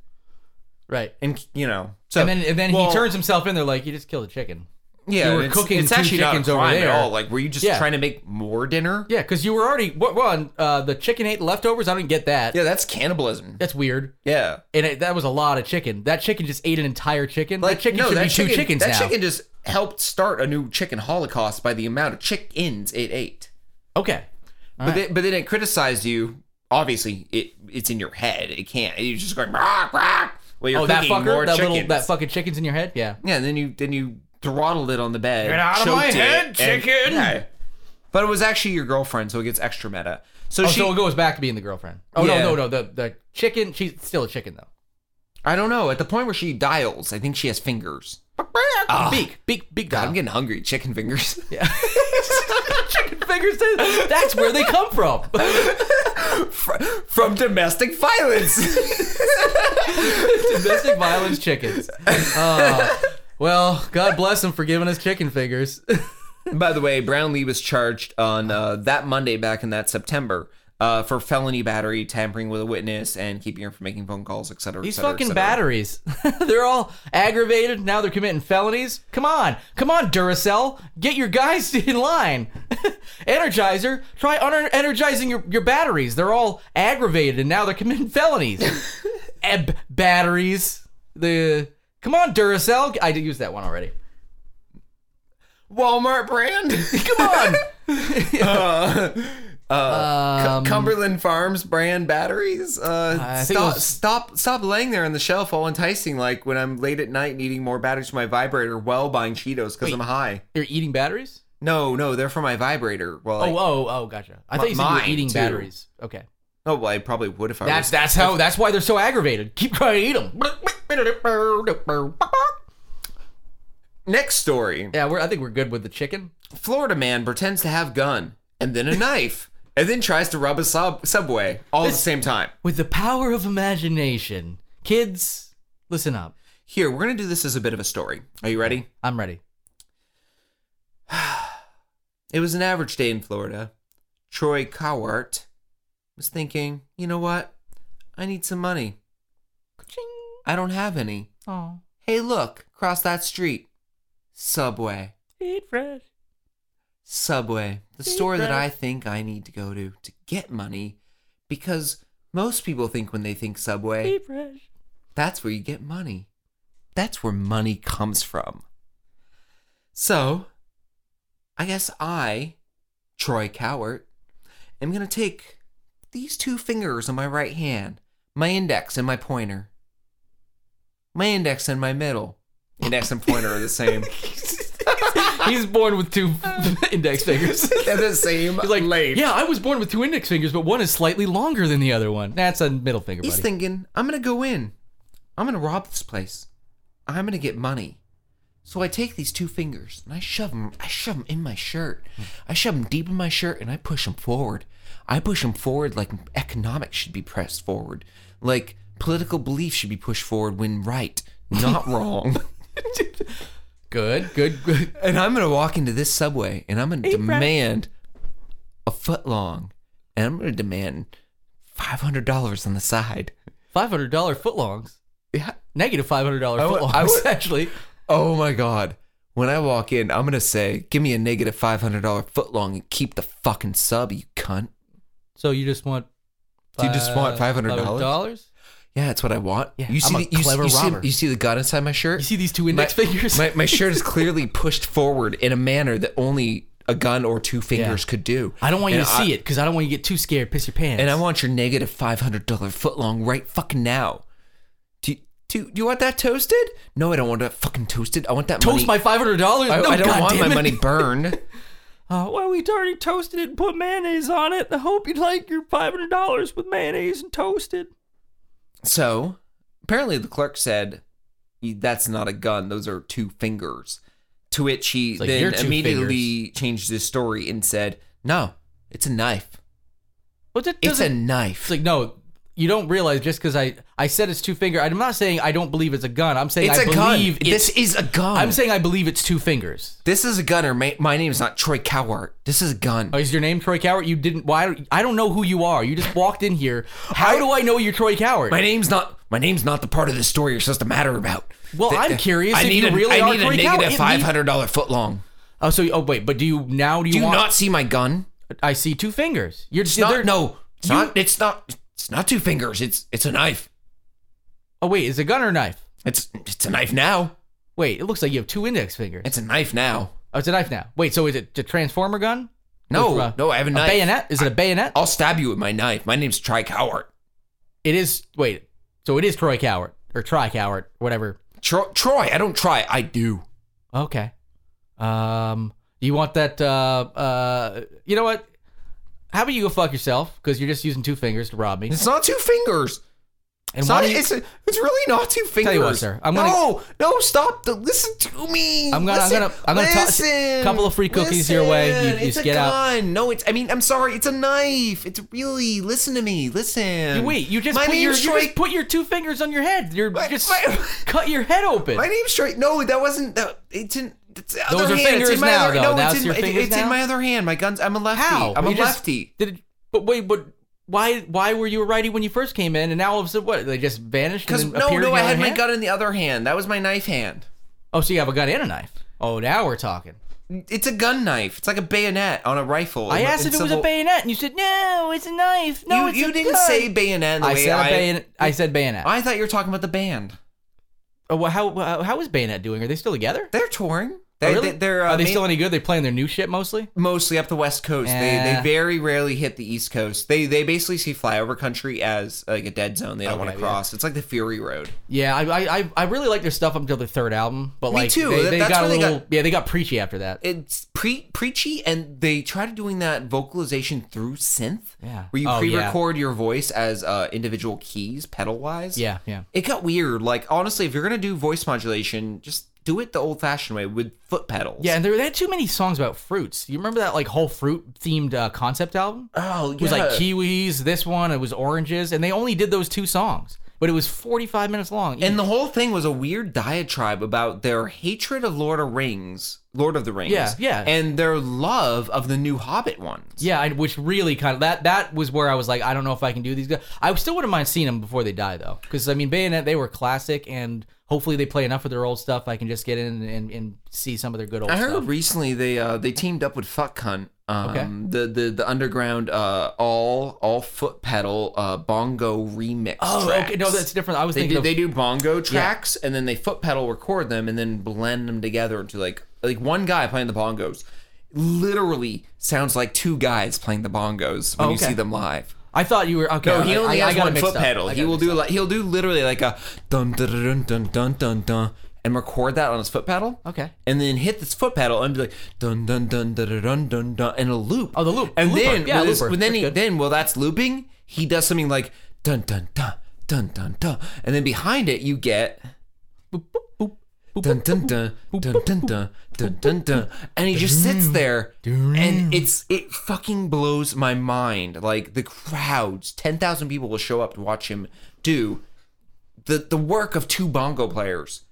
Speaker 5: Right.
Speaker 4: and you know, so
Speaker 5: and then and then
Speaker 4: Well,
Speaker 5: he turns himself in there like you just killed a chicken.
Speaker 4: Yeah,
Speaker 5: you were
Speaker 4: it's,
Speaker 5: cooking
Speaker 4: It's
Speaker 5: two
Speaker 4: actually not a
Speaker 5: chickens over
Speaker 4: crime at
Speaker 5: there.
Speaker 4: all. Like, were you just
Speaker 5: Yeah.
Speaker 4: trying to make more dinner?
Speaker 5: Yeah, because you were already what one uh, the chicken ate leftovers. I don't get that.
Speaker 4: Yeah, that's cannibalism.
Speaker 5: That's weird.
Speaker 4: Yeah.
Speaker 5: And it, that was a lot of chicken. That chicken just ate an entire chicken.
Speaker 4: Like
Speaker 5: that chicken
Speaker 4: no,
Speaker 5: should
Speaker 4: that
Speaker 5: be
Speaker 4: chicken,
Speaker 5: two chickens
Speaker 4: that
Speaker 5: now.
Speaker 4: chicken just helped start a new chicken holocaust by the amount of chickens it ate.
Speaker 5: okay.
Speaker 4: but
Speaker 5: All right.
Speaker 4: then, but then it criticized you. Obviously, it it's in your head. It can't. You're just going rah, rah. Well, you're
Speaker 5: oh, that
Speaker 4: cooking more
Speaker 5: fucker, that
Speaker 4: chickens.
Speaker 5: little, that fucking chicken's in your head. Yeah.
Speaker 4: yeah, and then you then you throttled it on the bed. Get
Speaker 5: out of my head,
Speaker 4: chicken. But it was actually your girlfriend, so it gets extra meta. So
Speaker 5: Oh,
Speaker 4: she,
Speaker 5: so it goes back to being the girlfriend. Oh
Speaker 4: Yeah.
Speaker 5: no, no, no. The the chicken. She's still a chicken though.
Speaker 4: I don't know. At the point where she dials, I think she has fingers.
Speaker 5: Beak, beak, beak.
Speaker 4: Ah. God,
Speaker 5: dial.
Speaker 4: I'm getting hungry. Chicken fingers.
Speaker 5: chicken fingers. too. That's where they come from.
Speaker 4: From domestic violence.
Speaker 5: Domestic violence chickens. Uh, well, God bless them for giving us chicken fingers.
Speaker 4: By the way, Brownlee was charged on uh, that Monday back in that September uh, for felony battery, tampering with a witness, and keeping her from making phone calls, et cetera, et
Speaker 5: These
Speaker 4: cetera, et
Speaker 5: fucking
Speaker 4: cetera.
Speaker 5: batteries. they're all aggravated. Now they're committing felonies. Come on. Come on, Duracell. Get your guys in line. Energizer. Try un- energizing your, your batteries. They're all aggravated and now they're committing felonies. Eb batteries. The Come on, Duracell. I did use that one already.
Speaker 4: Walmart brand.
Speaker 5: Come on. Um,
Speaker 4: C- Cumberland Farms brand batteries. Uh,
Speaker 5: I think it
Speaker 4: stop,
Speaker 5: was-
Speaker 4: stop, stop laying there on the shelf all enticing. Like when I'm late at night needing more batteries for my vibrator while buying Cheetos because I'm high.
Speaker 5: You're eating batteries?
Speaker 4: No, no, they're for my vibrator. Well, like,
Speaker 5: oh, oh, oh, gotcha. I thought you said you
Speaker 4: mine,
Speaker 5: were eating
Speaker 4: too.
Speaker 5: batteries. Okay.
Speaker 4: oh, well, I probably would if I
Speaker 5: That's
Speaker 4: was.
Speaker 5: that's how that's why they're so aggravated. Keep trying to eat them.
Speaker 4: Next story.
Speaker 5: Yeah, we're, I think we're good with the chicken.
Speaker 4: Florida man pretends to have gun and then a knife and then tries to rob a sub- subway all at the same time.
Speaker 5: With the power of imagination, kids, listen up.
Speaker 4: Here, we're going to do this as a bit of a story. Are you ready?
Speaker 5: I'm ready.
Speaker 4: It was an average day in Florida. Troy Cowart was thinking, you know what? I need some money. I don't have any.
Speaker 5: Oh,
Speaker 4: Hey, look, cross that street. Subway.
Speaker 5: eat fresh.
Speaker 4: Subway, the store that I think I need to go to to get money because most people think when they think Subway, That's where you get money. That's where money comes from. So, I guess I Troy Cowart, am going to take these two fingers on my right hand, my index and my pointer. My index and my middle. Index and pointer are the same.
Speaker 5: He's born with two index fingers.
Speaker 4: They're the same.
Speaker 5: He's like,
Speaker 4: length.
Speaker 5: yeah, I was born with two index fingers, but one is slightly longer than the other one. That's a middle finger,
Speaker 4: He's
Speaker 5: buddy.
Speaker 4: thinking, I'm going to go in. I'm going to rob this place. I'm going to get money. So I take these two fingers and I shove them. I shove 'em in my shirt. I shove them deep in my shirt and I push them forward. I push them forward like economics should be pressed forward, like political beliefs should be pushed forward when right, not wrong.
Speaker 5: good, good, good.
Speaker 4: And I'm gonna walk into this subway and I'm gonna demand a foot long, and I'm gonna demand five hundred dollars on the side.
Speaker 5: Five hundred dollar footlongs.
Speaker 4: Yeah.
Speaker 5: Negative five hundred dollar
Speaker 4: I would-
Speaker 5: footlongs.
Speaker 4: I would-
Speaker 5: actually,
Speaker 4: Oh my god. When I walk in, I'm gonna say, "Give me a negative five hundred dollar foot long and keep the fucking sub, you cunt."
Speaker 5: so you just want.
Speaker 4: Do you just want $500?
Speaker 5: dollars?
Speaker 4: Yeah, that's what I want.
Speaker 5: Yeah,
Speaker 4: you see
Speaker 5: I'm a
Speaker 4: the, you,
Speaker 5: clever
Speaker 4: you see,
Speaker 5: robber.
Speaker 4: you see the gun inside my shirt.
Speaker 5: You see these two index
Speaker 4: my,
Speaker 5: fingers?
Speaker 4: My, my shirt is clearly pushed forward in a manner that only a gun or two fingers could do.
Speaker 5: I don't want you
Speaker 4: And
Speaker 5: to
Speaker 4: I-
Speaker 5: see it because I don't want you to get too scared, piss your pants.
Speaker 4: And I want your negative five hundred dollar footlong right fucking now. Do you, do, do you want that toasted? No, I don't want that fucking toasted. I want that
Speaker 5: toast my
Speaker 4: money.
Speaker 5: five hundred dollars.
Speaker 4: I,
Speaker 5: no,
Speaker 4: I don't
Speaker 5: God
Speaker 4: want
Speaker 5: damn
Speaker 4: my
Speaker 5: it.
Speaker 4: money burned.
Speaker 5: Uh, well, we already toasted it and put mayonnaise on it. I hope you like your five hundred dollars with mayonnaise and toasted.
Speaker 4: So apparently the clerk said, "That's not a gun. Those are two fingers." To which he
Speaker 5: It's like, "Your
Speaker 4: then
Speaker 5: two
Speaker 4: immediately changed his story and said, "No, it's a knife.
Speaker 5: Well, that
Speaker 4: It's a
Speaker 5: doesn't-
Speaker 4: knife."
Speaker 5: It's like no, you don't realize just because I I said it's two finger. I'm not saying I don't believe it's a gun. I'm saying
Speaker 4: It's
Speaker 5: I
Speaker 4: a gun.
Speaker 5: believe it's.
Speaker 4: This is a gun.
Speaker 5: I'm saying I believe it's two fingers.
Speaker 4: this is a gunner. My, my name is not Troy Cowart. This is a gun.
Speaker 5: Oh, is your name Troy Cowart? You didn't. Why? I don't know who you are. You just walked in here. How
Speaker 4: I-
Speaker 5: do I know you're Troy Cowart?
Speaker 4: My name's not my name's not the part of the story you're supposed to matter about.
Speaker 5: Well,
Speaker 4: Th-
Speaker 5: I'm
Speaker 4: th-
Speaker 5: curious
Speaker 4: I
Speaker 5: if
Speaker 4: need
Speaker 5: you
Speaker 4: a,
Speaker 5: really
Speaker 4: I
Speaker 5: are
Speaker 4: need
Speaker 5: Troy
Speaker 4: a
Speaker 5: Cowart. It
Speaker 4: negative
Speaker 5: need-
Speaker 4: five hundred dollar foot long.
Speaker 5: oh, so oh wait, but do you now? Do you
Speaker 4: Do you
Speaker 5: want?
Speaker 4: not see my gun?
Speaker 5: I see two fingers. You're
Speaker 4: It's
Speaker 5: just
Speaker 4: not no. It's not. It's not. It's not two fingers. It's it's a knife.
Speaker 5: Oh wait, is it a gun or a knife?
Speaker 4: It's it's a knife now.
Speaker 5: Wait, it looks like you have two index fingers.
Speaker 4: It's a knife now.
Speaker 5: oh, it's a knife now. Wait, so is it a transformer gun?
Speaker 4: No,
Speaker 5: With, uh,
Speaker 4: no, I have a
Speaker 5: a
Speaker 4: knife. Oh.
Speaker 5: bayonet? Is it a bayonet?
Speaker 4: I'll stab you with my knife. My name's Troy Cowart.
Speaker 5: It is. Wait, so it is Troy Cowart or Tri Cowart, whatever.
Speaker 4: Tro- Troy, I don't try. I do.
Speaker 5: Okay. Um, you want that? Uh, uh, you know what? How about you go fuck yourself? Because you're just using two fingers to rob me.
Speaker 4: It's not two fingers.
Speaker 5: And
Speaker 4: It's
Speaker 5: why
Speaker 4: not.
Speaker 5: do you,
Speaker 4: It's, a, it's really not two fingers.
Speaker 5: you what, sir, I'm gonna-
Speaker 4: no, no, stop. The, listen to me.
Speaker 5: I'm gonna- I'm
Speaker 4: Listen,
Speaker 5: gonna- I'm gonna toss a
Speaker 4: listen,
Speaker 5: couple of free cookies your way. You-
Speaker 4: listen,
Speaker 5: you
Speaker 4: it's
Speaker 5: just
Speaker 4: a
Speaker 5: get out.
Speaker 4: gun. No, it's. I mean, I'm sorry. It's a knife. It's really. Listen to me. Listen.
Speaker 5: You- wait, you just
Speaker 4: my
Speaker 5: put your
Speaker 4: name's
Speaker 5: you
Speaker 4: Troy-
Speaker 5: just put your two fingers on your head. You're
Speaker 4: My-
Speaker 5: just
Speaker 4: my-
Speaker 5: cut your head open.
Speaker 4: My name's Troy. No, that wasn't. That, it didn't. It's the
Speaker 5: Those
Speaker 4: other
Speaker 5: are
Speaker 4: hand. it's
Speaker 5: fingers
Speaker 4: in my
Speaker 5: now,
Speaker 4: other,
Speaker 5: though.
Speaker 4: No,
Speaker 5: That's
Speaker 4: it's in,
Speaker 5: your
Speaker 4: it-
Speaker 5: fingers
Speaker 4: it's
Speaker 5: now?
Speaker 4: in my other hand. My guns. I'm a lefty.
Speaker 5: How?
Speaker 4: I'm
Speaker 5: You
Speaker 4: a
Speaker 5: just-
Speaker 4: lefty.
Speaker 5: Did it, but wait, but why why were you a righty when you first came in, and now all of a sudden what? They just vanished.
Speaker 4: Because
Speaker 5: and then
Speaker 4: no,
Speaker 5: appeared
Speaker 4: no,
Speaker 5: in
Speaker 4: I
Speaker 5: your
Speaker 4: had
Speaker 5: other
Speaker 4: my
Speaker 5: hand?
Speaker 4: gun in the other hand. That was my knife hand.
Speaker 5: Oh, so you have a gun and a knife. Oh, now we're talking.
Speaker 4: It's a gun knife. It's like a bayonet on a rifle.
Speaker 5: I
Speaker 4: In-
Speaker 5: asked
Speaker 4: Oh, in
Speaker 5: if it was a
Speaker 4: civil-
Speaker 5: bayonet, and you said no, it's a knife. No,
Speaker 4: you
Speaker 5: it's
Speaker 4: you
Speaker 5: a
Speaker 4: didn't
Speaker 5: gun."
Speaker 4: say bayonet. The
Speaker 5: I
Speaker 4: way
Speaker 5: said
Speaker 4: I,
Speaker 5: a bayonet. I said bayonet.
Speaker 4: I thought you were talking about the band.
Speaker 5: oh, well, how how- how is bayonet doing? Are they still together?
Speaker 4: They're touring.
Speaker 5: Oh,
Speaker 4: They're,
Speaker 5: really?
Speaker 4: they, they're uh,
Speaker 5: Are they
Speaker 4: ma-
Speaker 5: still any good? They playing their new shit mostly.
Speaker 4: mostly up the west coast. They
Speaker 5: Eh.
Speaker 4: they very rarely hit the east coast. They they basically see flyover country as like a dead zone. They don't want to
Speaker 5: Okay, yeah.
Speaker 4: cross. It's like the Fury Road.
Speaker 5: Yeah, I I I- I really like their stuff up until their third album, but
Speaker 4: Me
Speaker 5: like
Speaker 4: too.
Speaker 5: they,
Speaker 4: That-
Speaker 5: they
Speaker 4: that's
Speaker 5: got a
Speaker 4: when they
Speaker 5: little
Speaker 4: got-
Speaker 5: yeah they got preachy after that.
Speaker 4: it's pre preachy and they tried doing that vocalization through synth
Speaker 5: Yeah.
Speaker 4: where you
Speaker 5: Oh, yeah.
Speaker 4: pre-record your voice as uh, individual keys pedal wise
Speaker 5: yeah, yeah.
Speaker 4: it got weird like honestly if you're gonna do voice modulation just do it the old-fashioned way with foot pedals
Speaker 5: Yeah, and there they had too many songs about fruits. You remember that like whole fruit themed uh, concept album?
Speaker 4: oh yeah.
Speaker 5: It was like kiwis, this one, it was oranges, and they only did those two songs. But it was 45 minutes long.
Speaker 4: and the whole thing was a weird diatribe about their hatred of lord of rings lord of the rings
Speaker 5: Yeah, yeah.
Speaker 4: and their love of the new hobbit ones
Speaker 5: yeah, I, which really kind of that that was where I was like, I don't know if I can do these guys. I still wouldn't mind seeing them before they die though, because I mean, Bayonet they were classic, and hopefully they play enough of their old stuff. I can just get in and, and see some of their good old
Speaker 4: I heard
Speaker 5: stuff.
Speaker 4: recently they uh, they teamed up with Fuck Cunt, um,
Speaker 5: Okay.
Speaker 4: the the the underground uh, all all foot pedal uh, bongo remix.
Speaker 5: oh,
Speaker 4: tracks.
Speaker 5: okay, no, that's different. I was
Speaker 4: they
Speaker 5: thinking
Speaker 4: do,
Speaker 5: of,
Speaker 4: they do bongo tracks and then they foot pedal record them and then blend them together into like like one guy playing the bongos literally sounds like two guys playing the bongos when you
Speaker 5: Okay.
Speaker 4: see them live.
Speaker 5: I thought you were okay.
Speaker 4: No,
Speaker 5: I-
Speaker 4: he only
Speaker 5: I, I
Speaker 4: has
Speaker 5: got it
Speaker 4: one
Speaker 5: mixed
Speaker 4: foot
Speaker 5: up.
Speaker 4: pedal.
Speaker 5: I got
Speaker 4: He
Speaker 5: it
Speaker 4: will
Speaker 5: mixed
Speaker 4: do like he'll do literally like a dun dun dun dun dun dun dun and record that on his foot pedal.
Speaker 5: Okay.
Speaker 4: And then hit this foot pedal and be like dun dun dun dun dun dun dun dun and a loop.
Speaker 5: Oh, the loop.
Speaker 4: And
Speaker 5: Looper.
Speaker 4: then
Speaker 5: Yeah,
Speaker 4: with his-
Speaker 5: looper.
Speaker 4: with then
Speaker 5: That's
Speaker 4: he,
Speaker 5: good.
Speaker 4: then while that's looping, he does something like dun dun dun dun dun dun, and then behind it you get. Dun dun dun dun dun dun dun dun dun, and he just sits there, and it's it fucking blows my mind. Like the crowds, ten thousand people will show up to watch him do the the work of two bongo players,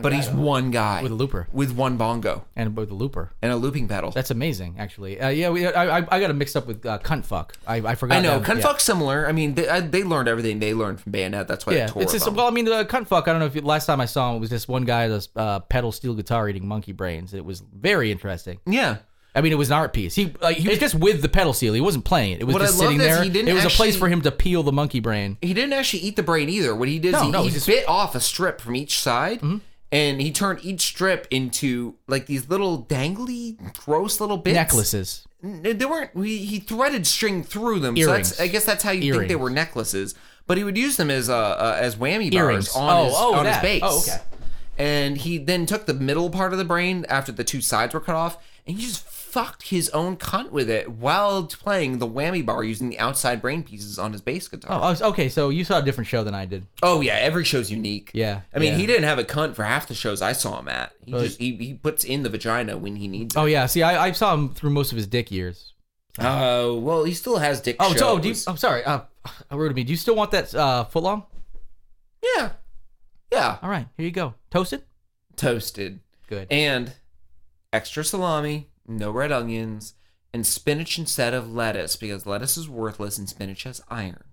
Speaker 4: but he's one guy
Speaker 5: With a looper.
Speaker 4: with one bongo
Speaker 5: and with the looper.
Speaker 4: and a looping pedal.
Speaker 5: That's amazing, actually. Uh, yeah, we, I, I I got it mixed up with uh, cunt fuck. I, I forgot.
Speaker 4: I know,
Speaker 5: that.
Speaker 4: kind of
Speaker 5: Yeah.
Speaker 4: fuck similar. I mean, they, I, they learned everything they learned from Bayonet. That's why
Speaker 5: Yeah,
Speaker 4: they tore
Speaker 5: it's just
Speaker 4: them.
Speaker 5: well, I mean, the cunt fuck. I don't know if you, last time I saw him it was this one guy that's uh, pedal steel guitar eating monkey brains. It was very interesting.
Speaker 4: yeah.
Speaker 5: I mean, it was an art piece. He like he was just with the pedal steel. He wasn't playing it. It was
Speaker 4: What I
Speaker 5: just
Speaker 4: love
Speaker 5: sitting
Speaker 4: is
Speaker 5: there.
Speaker 4: he didn't
Speaker 5: it was a place
Speaker 4: actually-
Speaker 5: for him to peel the monkey brain.
Speaker 4: He didn't actually eat the brain either. What he did is
Speaker 5: No,
Speaker 4: he,
Speaker 5: no,
Speaker 4: he
Speaker 5: he just- Mm-hmm.
Speaker 4: bit off a strip from each side, and he turned each strip into like these little dangly, gross little bits.
Speaker 5: Necklaces.
Speaker 4: N- They weren't. He, he threaded string through them. So
Speaker 5: Earrings.
Speaker 4: that's, I guess that's how you think they
Speaker 5: Earrings.
Speaker 4: were necklaces. But he would use them as uh, uh as whammy bars
Speaker 5: Earrings.
Speaker 4: on
Speaker 5: Oh,
Speaker 4: his
Speaker 5: oh,
Speaker 4: on his
Speaker 5: that.
Speaker 4: base.
Speaker 5: Oh, okay.
Speaker 4: And he then took the middle part of the brain after the two sides were cut off, and he just fucked his own cunt with it while playing the whammy bar using the outside brain pieces on his bass guitar.
Speaker 5: Oh, I was- okay. So you saw a different show than I did.
Speaker 4: Oh yeah, every show's unique.
Speaker 5: Yeah,
Speaker 4: I mean
Speaker 5: yeah.
Speaker 4: he didn't have a cunt for half the shows I saw him at. He just he, he puts in the vagina when he needs it.
Speaker 5: Oh yeah. See, I, I saw him through most of his dick years.
Speaker 4: Oh well, he still has dick.
Speaker 5: Oh,
Speaker 4: shows.
Speaker 5: so, oh, do you, I'm sorry. Uh, I wrote to me. Do you still want that uh, foot long?
Speaker 4: yeah, yeah,
Speaker 5: All right, here you go. Toasted.
Speaker 4: toasted
Speaker 5: Good.
Speaker 4: and extra salami, no red onions, and spinach instead of lettuce because lettuce is worthless and spinach has iron.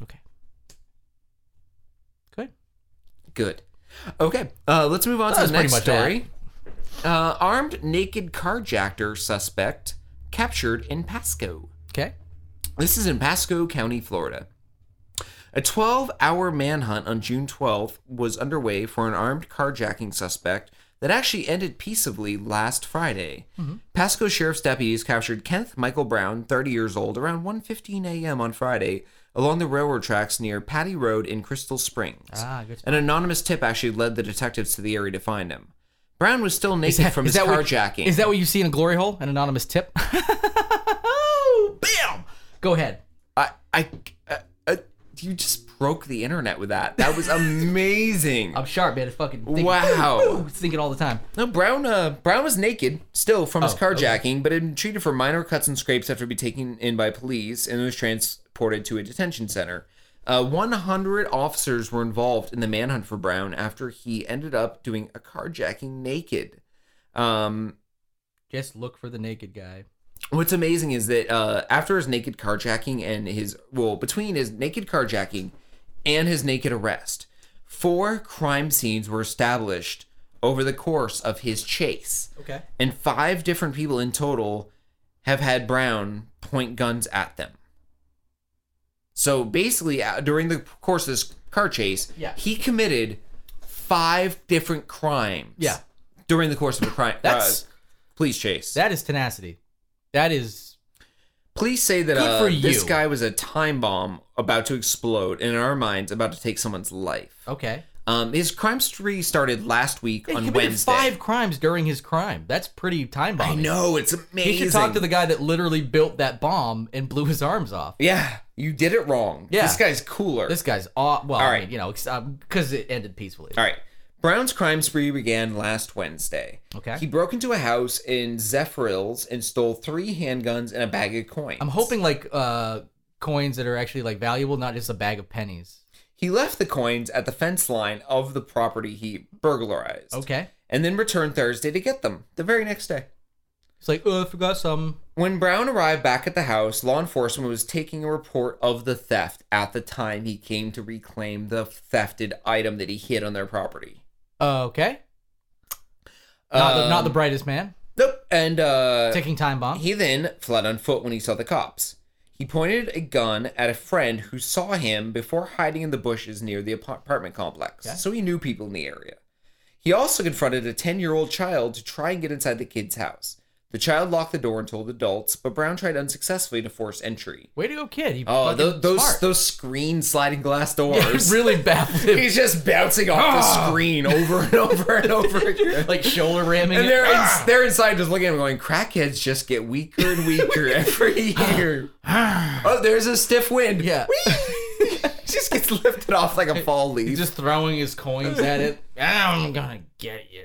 Speaker 5: okay. Good.
Speaker 4: Good. Okay, uh, let's move on
Speaker 5: That
Speaker 4: to
Speaker 5: was
Speaker 4: the
Speaker 5: pretty
Speaker 4: next
Speaker 5: much
Speaker 4: story. Uh, armed naked carjacker suspect captured in Pasco.
Speaker 5: Okay.
Speaker 4: This is in Pasco County, Florida. A 12 hour manhunt on June 12th was underway for an armed carjacking suspect that actually ended peaceably last Friday.
Speaker 5: Mm-hmm.
Speaker 4: Pasco Sheriff's deputies captured Kenneth Michael Brown, 30 years old, around 1:15 a.m. on Friday along the railroad tracks near Patty Road in Crystal Springs.
Speaker 5: Ah, good
Speaker 4: An anonymous tip actually led the detectives to the area to find him. Brown was still naked from his
Speaker 5: what-
Speaker 4: carjacking.
Speaker 5: is that what you see in a glory hole? An anonymous tip? Bam! Go ahead.
Speaker 4: I, I, I, I- you just broke the internet with that. That was amazing.
Speaker 5: I'm sharp, man. I fucking think,
Speaker 4: Wow.
Speaker 5: thinking all the time.
Speaker 4: no, Brown. Uh, Brown was naked still from his
Speaker 5: Oh, okay.
Speaker 4: carjacking, but had been treated for minor cuts and scrapes after being taken in by police and was transported to a detention center. Uh, 100 officers were involved in the manhunt for Brown after he ended up doing a carjacking naked. Um,
Speaker 5: Just look for the naked guy.
Speaker 4: What's amazing is that uh, after his naked carjacking and his well, between his naked carjacking and his naked arrest, four crime scenes were established over the course of his chase,
Speaker 5: Okay.
Speaker 4: and five different people in total have had Brown point guns at them. So basically, uh, during the course of this car chase,
Speaker 5: Yeah.
Speaker 4: he committed five different crimes.
Speaker 5: Yeah.
Speaker 4: during the course of a crime,
Speaker 5: That's-
Speaker 4: uh, police chase.
Speaker 5: That is tenacity. That is
Speaker 4: Police say that
Speaker 5: Good
Speaker 4: uh,
Speaker 5: for
Speaker 4: this
Speaker 5: you.
Speaker 4: guy was a time bomb about to explode, and in our minds, about to take someone's life.
Speaker 5: okay.
Speaker 4: Um, his crime spree started last week
Speaker 5: He
Speaker 4: on
Speaker 5: committed
Speaker 4: Wednesday.
Speaker 5: five crimes during his crime. That's pretty time
Speaker 4: I
Speaker 5: bombing.
Speaker 4: know it's amazing.
Speaker 5: He should talk to the guy that literally built that bomb and blew his arms off.
Speaker 4: Yeah, you did it wrong.
Speaker 5: Yeah.
Speaker 4: this guy's cooler.
Speaker 5: This guy's aw- well,
Speaker 4: All
Speaker 5: I
Speaker 4: right.
Speaker 5: mean, you know, because it ended peacefully.
Speaker 4: All right. Brown's crime spree began last Wednesday.
Speaker 5: Okay.
Speaker 4: He broke into a house in Zephyrills and stole three handguns and a bag of coins.
Speaker 5: I'm hoping like uh coins that are actually like valuable, not just a bag of pennies.
Speaker 4: he left the coins at the fence line of the property he burglarized.
Speaker 5: Okay.
Speaker 4: And then returned Thursday to get them the very next day.
Speaker 5: It's like, oh, I forgot some.
Speaker 4: When Brown arrived back at the house, law enforcement was taking a report of the theft at the time he came to reclaim the thefted item that he hid on their property.
Speaker 5: Uh, okay. Not, the, not the
Speaker 4: Um,
Speaker 5: brightest man.
Speaker 4: Nope. And uh,
Speaker 5: Ticking time bomb.
Speaker 4: he then fled on foot when he saw the cops. He pointed a gun at a friend who saw him before hiding in the bushes near the apa- apartment complex,
Speaker 5: Okay.
Speaker 4: so he knew people in the area. He also confronted a 10 year old child to try and get inside the kid's house. The child locked the door and told adults, but Brown tried unsuccessfully to force entry.
Speaker 5: Way to go, kid. You
Speaker 4: Oh,
Speaker 5: fucking
Speaker 4: those those,
Speaker 5: smart.
Speaker 4: those screen sliding glass doors.
Speaker 5: really baffling.
Speaker 4: He's just bouncing off the
Speaker 5: Ah.
Speaker 4: screen over and over and over again.
Speaker 5: like shoulder ramming.
Speaker 4: And
Speaker 5: it.
Speaker 4: they're,
Speaker 5: Ah!
Speaker 4: in, they're inside just looking at him going, crackheads just get weaker and weaker every
Speaker 5: Ah.
Speaker 4: year. oh, there's a stiff wind.
Speaker 5: Yeah.
Speaker 4: Whee! just gets lifted off like a fall leaf.
Speaker 5: He's just throwing his coins at it. I'm gonna get you.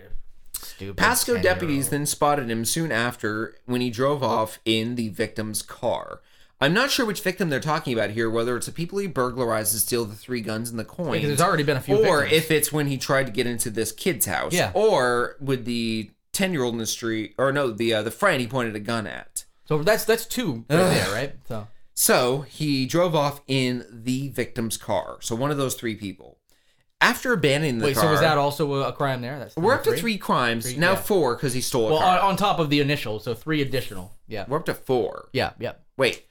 Speaker 5: Stupid.
Speaker 4: Pasco
Speaker 5: 10-year-old.
Speaker 4: deputies then spotted him soon after when he
Speaker 5: Oh.
Speaker 4: drove off in the victim's car. I'm not sure which victim they're talking about here, whether it's the people he burglarized to steal the three guns and the coins.
Speaker 5: Because there's already been a few
Speaker 4: Or
Speaker 5: victims.
Speaker 4: if it's when he tried to get into this kid's house.
Speaker 5: Yeah.
Speaker 4: Or with the 10 year old in the street, or no, the, uh, the friend he pointed a gun at.
Speaker 5: So that's that's two right there, right? So
Speaker 4: So he drove off in the victim's car. So one of those three people. After abandoning the
Speaker 5: wait,
Speaker 4: car.
Speaker 5: so was that also a, a crime there? That's
Speaker 4: We're up to
Speaker 5: number
Speaker 4: three crimes, now
Speaker 5: yeah.
Speaker 4: four because he stole a
Speaker 5: Well, uh,
Speaker 4: car.
Speaker 5: on, on top of the initial, so three additional. Yeah.
Speaker 4: We're up to four.
Speaker 5: Yeah. Yeah.
Speaker 4: Wait.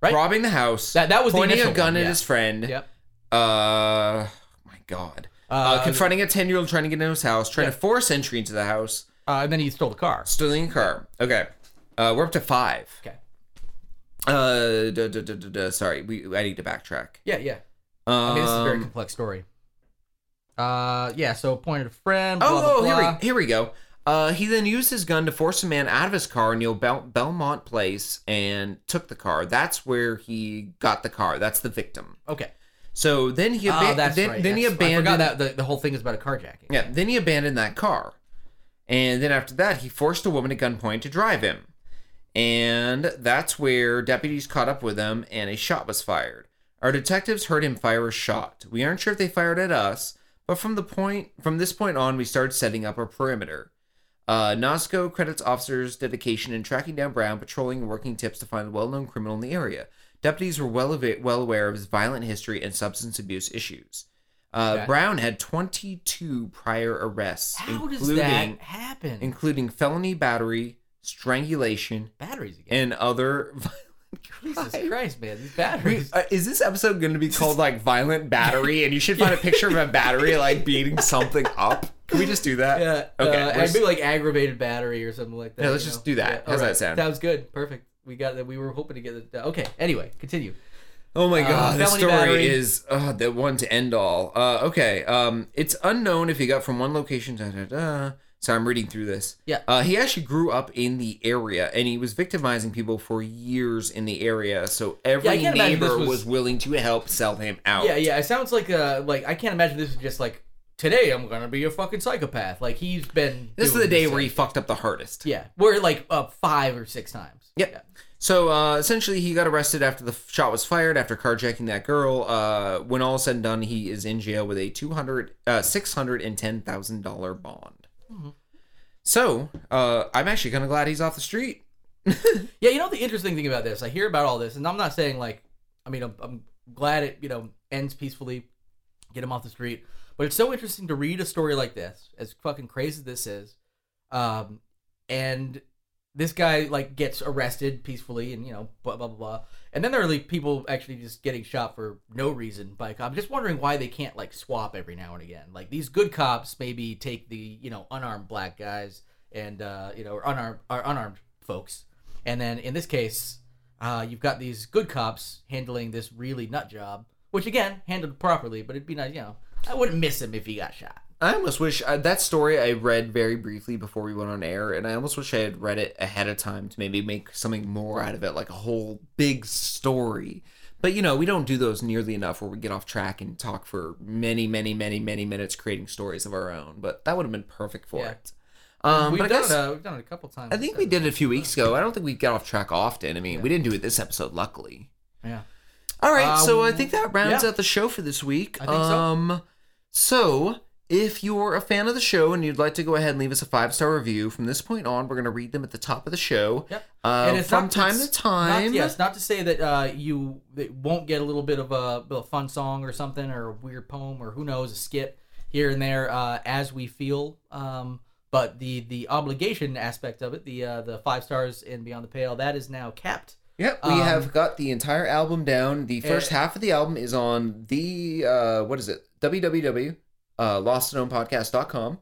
Speaker 5: Right?
Speaker 4: Robbing the house.
Speaker 5: That- that was the
Speaker 4: pointing a
Speaker 5: initial
Speaker 4: gun
Speaker 5: one,
Speaker 4: at
Speaker 5: yeah.
Speaker 4: his friend.
Speaker 5: Yep.
Speaker 4: Uh, oh my God. Uh,
Speaker 5: Uh,
Speaker 4: confronting a ten year old trying to get into his house, trying to force entry into the house,
Speaker 5: Uh, and then he stole the car.
Speaker 4: stealing a car. Okay. Uh, we're up to five.
Speaker 5: Okay.
Speaker 4: Uh, duh, duh, duh, duh, duh, sorry, we I need to backtrack.
Speaker 5: Yeah. Yeah.
Speaker 4: Um,
Speaker 5: I mean, this is a very complex story. Uh, yeah. So pointed a friend. Blah,
Speaker 4: oh,
Speaker 5: blah,
Speaker 4: oh,
Speaker 5: blah.
Speaker 4: here we here we go. Uh, he then used his gun to force a man out of his car near Bel- Belmont Place and took the car. That's where he got the car. That's the victim.
Speaker 5: Okay.
Speaker 4: So then he
Speaker 5: Ah,
Speaker 4: aban-
Speaker 5: that's
Speaker 4: then,
Speaker 5: right.
Speaker 4: then he
Speaker 5: that's- I forgot
Speaker 4: abandoned
Speaker 5: that the, the whole thing is about a carjacking.
Speaker 4: Yeah, then he abandoned that car. And then after that, he forced a woman at gunpoint to drive him. And that's where deputies caught up with him and a shot was fired. Our detectives heard him fire a shot. We aren't sure if they fired at us, but from the point from this point on, we started setting up our perimeter. Uh, Nosco credits officers' dedication in tracking down Brown, patrolling and working tips to find a well-known criminal in the area. Deputies were well, ava- well aware of his violent history and substance abuse issues. Uh,
Speaker 5: Okay.
Speaker 4: Brown had 22 prior arrests,
Speaker 5: How does
Speaker 4: including
Speaker 5: that happen?
Speaker 4: including felony battery, strangulation,
Speaker 5: batteries again.
Speaker 4: and other. violent
Speaker 5: Jesus
Speaker 4: crimes.
Speaker 5: Christ, man, these batteries.
Speaker 4: Uh, is this episode going to be called like "Violent Battery"? And you should find a picture of a battery like beating something up. Can we just do that?
Speaker 5: Yeah.
Speaker 4: Okay.
Speaker 5: Uh,
Speaker 4: we're
Speaker 5: I'd
Speaker 4: s-
Speaker 5: be like aggravated battery or something like that.
Speaker 4: Yeah, let's
Speaker 5: you
Speaker 4: just
Speaker 5: know?
Speaker 4: do that. How's that
Speaker 5: alright.
Speaker 4: sound?
Speaker 5: Sounds good. Perfect. We got that. We were hoping to get that. Okay. Anyway, continue.
Speaker 4: Oh my god, this
Speaker 5: Uh, felony
Speaker 4: story
Speaker 5: battery.
Speaker 4: is uh, the one to end all. Uh, okay, um, it's unknown if he got from one location. Da, da, da. So I'm reading through this.
Speaker 5: Yeah.
Speaker 4: uh, he actually grew up in the area, and he was victimizing people for years in the area. So every
Speaker 5: can't imagine
Speaker 4: neighbor
Speaker 5: this
Speaker 4: was...
Speaker 5: was-
Speaker 4: willing to help sell him out.
Speaker 5: Yeah, yeah. It sounds like uh, like I can't imagine this is just like today. I'm gonna be a fucking psychopath. Like he's been.
Speaker 4: This is
Speaker 5: doing
Speaker 4: the day
Speaker 5: this,
Speaker 4: where he
Speaker 5: like-
Speaker 4: fucked up the hardest.
Speaker 5: Yeah, we're like up five or six times.
Speaker 4: Yep.
Speaker 5: Yeah.
Speaker 4: So uh, essentially, he got arrested after the f- shot was fired after carjacking that girl. Uh, when all is said and done, he is in jail with a two hundred uh, six hundred and ten thousand dollar bond. So uh, I'm actually kind of glad he's off the street.
Speaker 5: Yeah, you know the interesting thing about this, I hear about all this, and I'm not saying like, I mean, I'm, I'm glad it you know ends peacefully, get him off the street, but it's so interesting to read a story like this, as fucking crazy as this is, um, and this guy like gets arrested peacefully, and you know blah blah blah, blah. and then there are like people actually just getting shot for no reason by a cop. I'm just wondering why they can't like swap every now and again. Like these good cops maybe take the you know unarmed black guys and uh, you know or unarmed or unarmed folks. And then in this case, uh, you've got these good cops handling this really nut job, which again handled properly, but it'd be nice, you know. I wouldn't miss him if he got shot.
Speaker 4: I almost wish uh, that story I read very briefly before we went on air, and I almost wish I had read it ahead of time to maybe make something more out of it, like a whole big story. But you know, we don't do those nearly enough where we get off track and talk for many, many, many, many minutes creating stories of our own. But that would have been perfect for
Speaker 5: Yeah.
Speaker 4: it. Um,
Speaker 5: We've
Speaker 4: but I
Speaker 5: done,
Speaker 4: guess
Speaker 5: it, uh, we've done it a couple times.
Speaker 4: I think we did it a few weeks ago. I don't think we get off track often. I mean, we didn't do it this episode, luckily.
Speaker 5: Yeah.
Speaker 4: All right, so I
Speaker 5: Um,
Speaker 4: think that rounds
Speaker 5: yeah.
Speaker 4: out the show for this week.
Speaker 5: I think so.
Speaker 4: um, so. if you're a fan of the show and you'd like to go ahead and leave us a five star review, from this point on, we're going to read them at the top of the show.
Speaker 5: Yep.
Speaker 4: Uh, from
Speaker 5: not-
Speaker 4: time
Speaker 5: it's
Speaker 4: to time.
Speaker 5: Not, yes, not to say that uh, you that won't get a little bit of a, bit of a fun song or something or a weird poem or who knows a skit here and there uh, as we feel. Um, but the the obligation aspect of it, the uh, the five stars and beyond the pale, that is now capped.
Speaker 4: Yep. We
Speaker 5: Um,
Speaker 4: have got the entire album down. The first
Speaker 5: Eh.
Speaker 4: half of the album is on uh, the, uh, what is it? www.lostandownpodcast.com.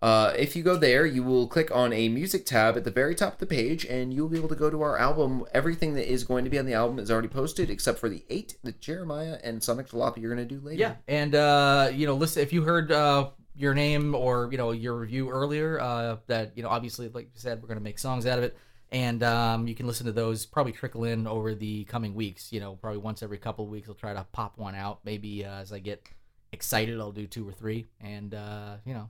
Speaker 4: Uh, if you go there, you will click on a music tab at the very top of the page, and you'll be able to go to our album. Everything that is going to be on the album is already posted, except for the eight that Jeremiah and Sonic Jalopy you're going to do later.
Speaker 5: Yeah, and uh, you know, listen, if you heard uh, your name or you know your review earlier, uh, that you know, obviously, like you said, we're gonna make songs out of it, and um, you can listen to those probably trickle in over the coming weeks. You know, probably once every couple of weeks, I'll try to pop one out. Maybe uh, as I get excited, I'll do two or three, and uh, you know,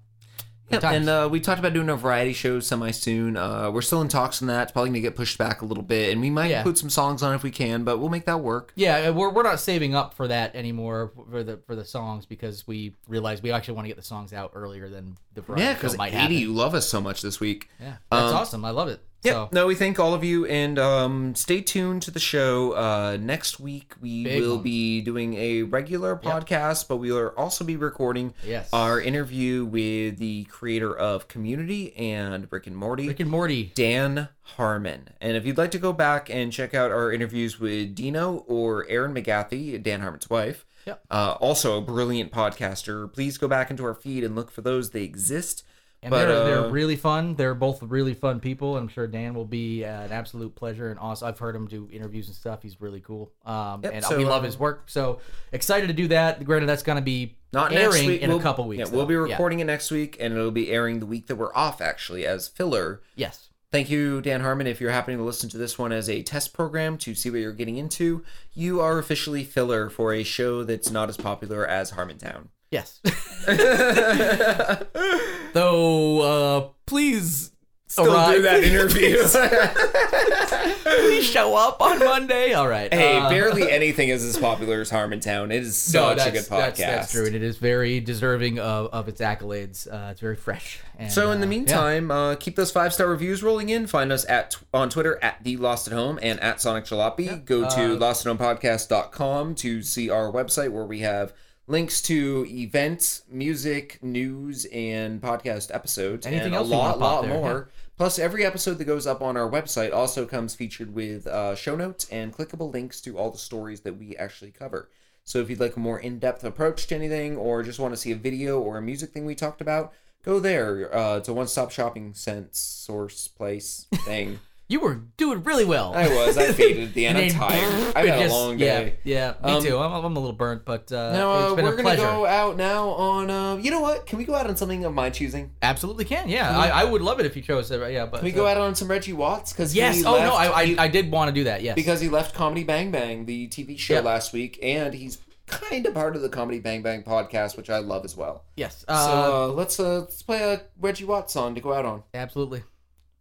Speaker 5: good
Speaker 4: Yep,
Speaker 5: times.
Speaker 4: and uh, we talked about doing a variety show semi soon. Uh, we're still in talks on that. It's probably gonna get pushed back a little bit, and we might
Speaker 5: Yeah.
Speaker 4: put some songs on if we can, but we'll make that work.
Speaker 5: Yeah, we're, we're not saving up for that anymore for the for the songs because we realize we actually want to get the songs out earlier than the variety
Speaker 4: Yeah,
Speaker 5: show
Speaker 4: because
Speaker 5: might
Speaker 4: eighty,
Speaker 5: happen.
Speaker 4: you love us so much this week.
Speaker 5: Yeah, that's
Speaker 4: Um,
Speaker 5: awesome. I love it.
Speaker 4: Yeah.
Speaker 5: So,
Speaker 4: No, we thank all of you and um, stay tuned to the show. Uh, next week we
Speaker 5: Big
Speaker 4: will
Speaker 5: one.
Speaker 4: be doing a regular podcast, but we will also be recording
Speaker 5: Yes.
Speaker 4: our interview with the creator of Community and Rick and Morty.
Speaker 5: Rick and Morty.
Speaker 4: Dan Harmon. And if you'd like to go back and check out our interviews with Dino or Aaron McGathy, Dan Harmon's wife,
Speaker 5: Yep.
Speaker 4: uh, also a brilliant podcaster, please go back into our feed and look for those. They exist.
Speaker 5: And
Speaker 4: but
Speaker 5: they're,
Speaker 4: uh,
Speaker 5: they're really fun. They're both really fun people, and I'm sure Dan will be uh, an absolute pleasure and awesome. I've heard him do interviews and stuff. He's really cool, um,
Speaker 4: Yep,
Speaker 5: and
Speaker 4: so,
Speaker 5: we love
Speaker 4: uh,
Speaker 5: his work. So excited to do that. Granted, that's going to be
Speaker 4: not
Speaker 5: airing
Speaker 4: next week.
Speaker 5: in
Speaker 4: We'll-
Speaker 5: a couple weeks.
Speaker 4: Yeah, we'll
Speaker 5: though.
Speaker 4: be recording it next week, and it'll be airing the week that we're off, actually, as filler.
Speaker 5: Yes.
Speaker 4: Thank you, Dan Harmon. If you're happening to listen to this one as a test program to see what you're getting into, you are officially filler for a show that's not as popular as Harmontown.
Speaker 5: Yes. Though, uh, please
Speaker 4: Still
Speaker 5: arrive.
Speaker 4: do that interview.
Speaker 5: Please show up on Monday. All right.
Speaker 4: Hey,
Speaker 5: uh,
Speaker 4: barely anything is as popular as Harmontown. It is such a good podcast.
Speaker 5: That's, that's true, and it is very deserving of, of its accolades. Uh, it's very fresh. And,
Speaker 4: So in the
Speaker 5: uh, yeah.
Speaker 4: meantime, uh, keep those five star reviews rolling in. Find us at tw- on Twitter at the Lost at Home and at Sonic Jalopy. Go
Speaker 5: Uh,
Speaker 4: to lostathomepodcast.com to see our website where we have links to events, music, news, and podcast episodes,
Speaker 5: Anything
Speaker 4: and
Speaker 5: else
Speaker 4: a
Speaker 5: we wanna
Speaker 4: lot, lot
Speaker 5: pop there,
Speaker 4: more. Plus, every episode that goes up on our website also comes featured with uh, show notes and clickable links to all the stories that we actually cover. So, if you'd like a more in depth approach to anything or just want to see a video or a music thing we talked about, go there. Uh, it's a one stop shopping sense, source, place, thing.
Speaker 5: you were doing really well.
Speaker 4: I was. I faded at the end. I'm
Speaker 5: And then
Speaker 4: tired.
Speaker 5: burp,
Speaker 4: I've
Speaker 5: it
Speaker 4: had a
Speaker 5: just-
Speaker 4: long day.
Speaker 5: Yeah, yeah me
Speaker 4: Um,
Speaker 5: too. I'm, I'm a little burnt, but uh,
Speaker 4: Now, uh,
Speaker 5: it's been
Speaker 4: we're
Speaker 5: a
Speaker 4: going to
Speaker 5: pleasure.
Speaker 4: go out now on. Uh, you know what? Can we go out on something of my choosing?
Speaker 5: Absolutely can. Yeah, I, I would love it if you chose. it, Yeah, but
Speaker 4: Can we
Speaker 5: uh,
Speaker 4: go out on some Reggie Watts? Because
Speaker 5: Yes. Oh no, I, I I did want to do that. Yes.
Speaker 4: because he left Comedy Bang Bang, the TV show,
Speaker 5: Yeah.
Speaker 4: last week, and he's kind of part of the Comedy Bang Bang podcast, which I love as well.
Speaker 5: yes.
Speaker 4: So
Speaker 5: Uh,
Speaker 4: uh, let's uh, let's play a Reggie Watts song to go out on.
Speaker 5: absolutely.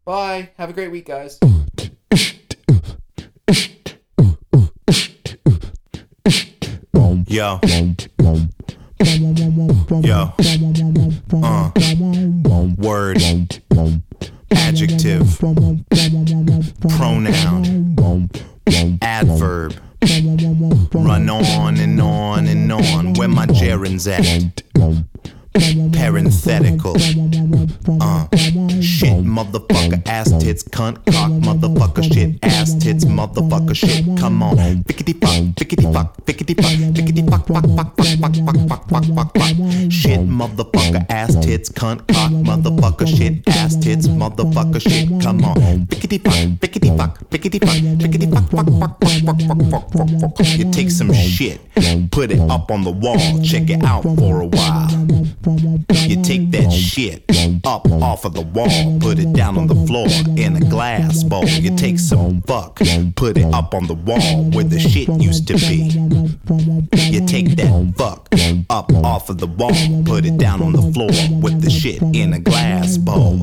Speaker 4: Bye. Have a great week, guys.
Speaker 6: Yo. Yo. Uh. Word. Adjective. Pronoun. Adverb. Run on and on and on. Where my gerunds at? Parenthetical. Uh. Shit, motherfucker, ass tits, cunt, cock, motherfucker, shit, ass tits, motherfucker, shit. Come on. Fickety fuck, fickety fuck, fickety fuck, fickety fuck, fuck, fuck, fuck, fuck, fuck, fuck, fuck, fuck, fuck. Shit, motherfucker, ass tits, cunt, cock, motherfucker, shit, ass tits, motherfucker, shit. Come on. Fickety fuck, fickety fuck, fickety fuck, fickety fuck, fuck, fuck, fuck, fuck, fuck, fuck, fuck, fuck, fuck. You take some shit, put it up on the wall, check it out for a while. You take that shit up off of the wall, put it down on the floor in a glass bowl. You take some fuck, put it up on the wall where the shit used to be. You take that fuck up off of the wall, put it down on the floor with the shit in a glass bowl.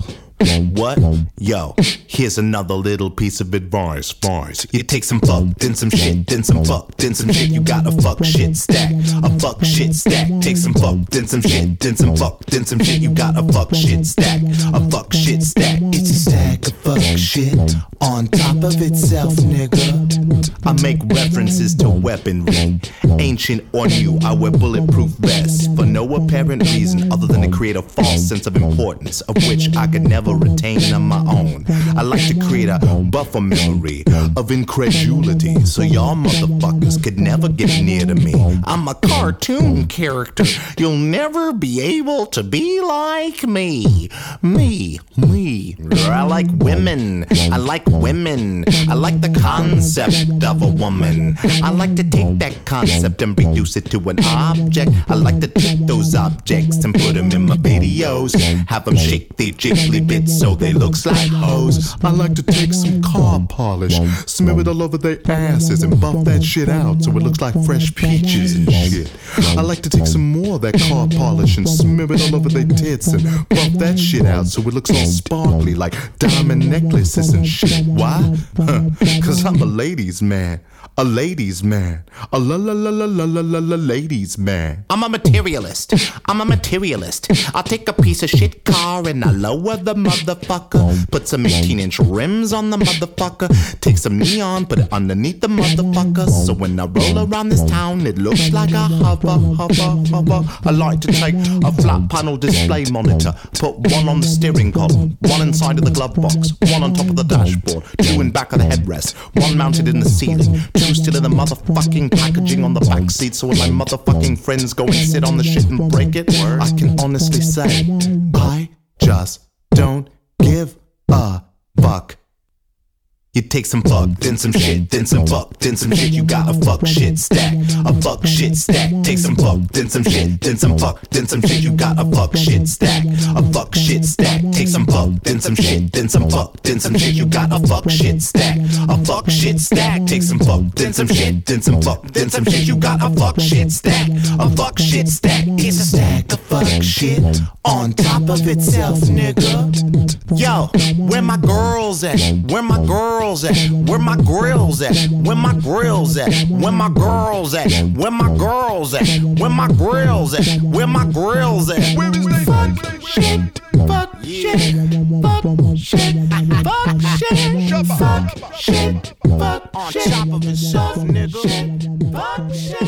Speaker 6: What? Yo, here's another little piece of advice. Vice. You take some fuck, then some shit, then some fuck, then some shit. You got a fuck shit stack, a fuck shit stack. Take some fuck, then some shit, then some fuck, then some shit. You got a fuck shit stack, a fuck shit stack. It's a stack of fuck shit on top of itself, nigga. I make references to weaponry, ancient or new. I wear bulletproof vests for no apparent reason other than to create a false sense of importance, of which I could never retain on my own. I like to create a buffer memory of incredulity so y'all motherfuckers could never get near to me. I'm a car cartoon character. You'll never be able to be like me. Me, me. I like women. I like women. I like the concept of a woman. I like to take that concept and reduce it to an object. I like to take those objects and put them in my videos. Have them shake their jiggly bits so they looks like hoes. I like to take some car polish, smear it all over their asses and buff that shit out so it looks like fresh peaches and shit. I like to take some more of that car polish and smear it all over their tits and buff that shit out so it looks all sparkly like diamond necklaces and shit. Why? Because I'm a ladies' man. A ladies' man. A la la la la la la la la ladies' man. I'm a materialist. I'm a materialist. I'll take a piece of shit car and I lower the motherfucker. Put some 18 inch rims on the motherfucker. Take some neon, put it underneath the motherfucker. So when I roll around this town, it looks like I hover, hover, hover. I like to take a flat panel display monitor, put one on the steering column, one inside of the glove box, one on top of the dashboard, two in back of the headrest, one mounted in the ceiling, two still in the motherfucking packaging on the back seat. So when my motherfucking friends go and sit on the shit and break it, I can honestly say, I just don't give a fuck. You take some fuck, then some shit, then some fuck, then some shit. You got a fuck shit stack, a fuck shit stack. Take some fuck, then some shit, then some fuck, then some shit. You got a fuck shit stack, a fuck shit stack. Take some fuck, then some shit, then some fuck, then some shit. You got a fuck shit stack, a fuck shit stack. Take some fuck, then some shit, then some fuck, then some shit. You got a fuck shit stack, a fuck shit stack. It's a stack of fuck shit on top of itself, nigga. Yo, where my girls at? Where my girls at? Where my grills at? Where my grills at? Where my girls at? Where my girls at? Where my grills at? Where my grills at? Where is they? Fuck shit. Fuck shit. Fuck shit. Fuck shit. Fuck shit. Fuck shit. On top of itself, nigga. Fuck shit.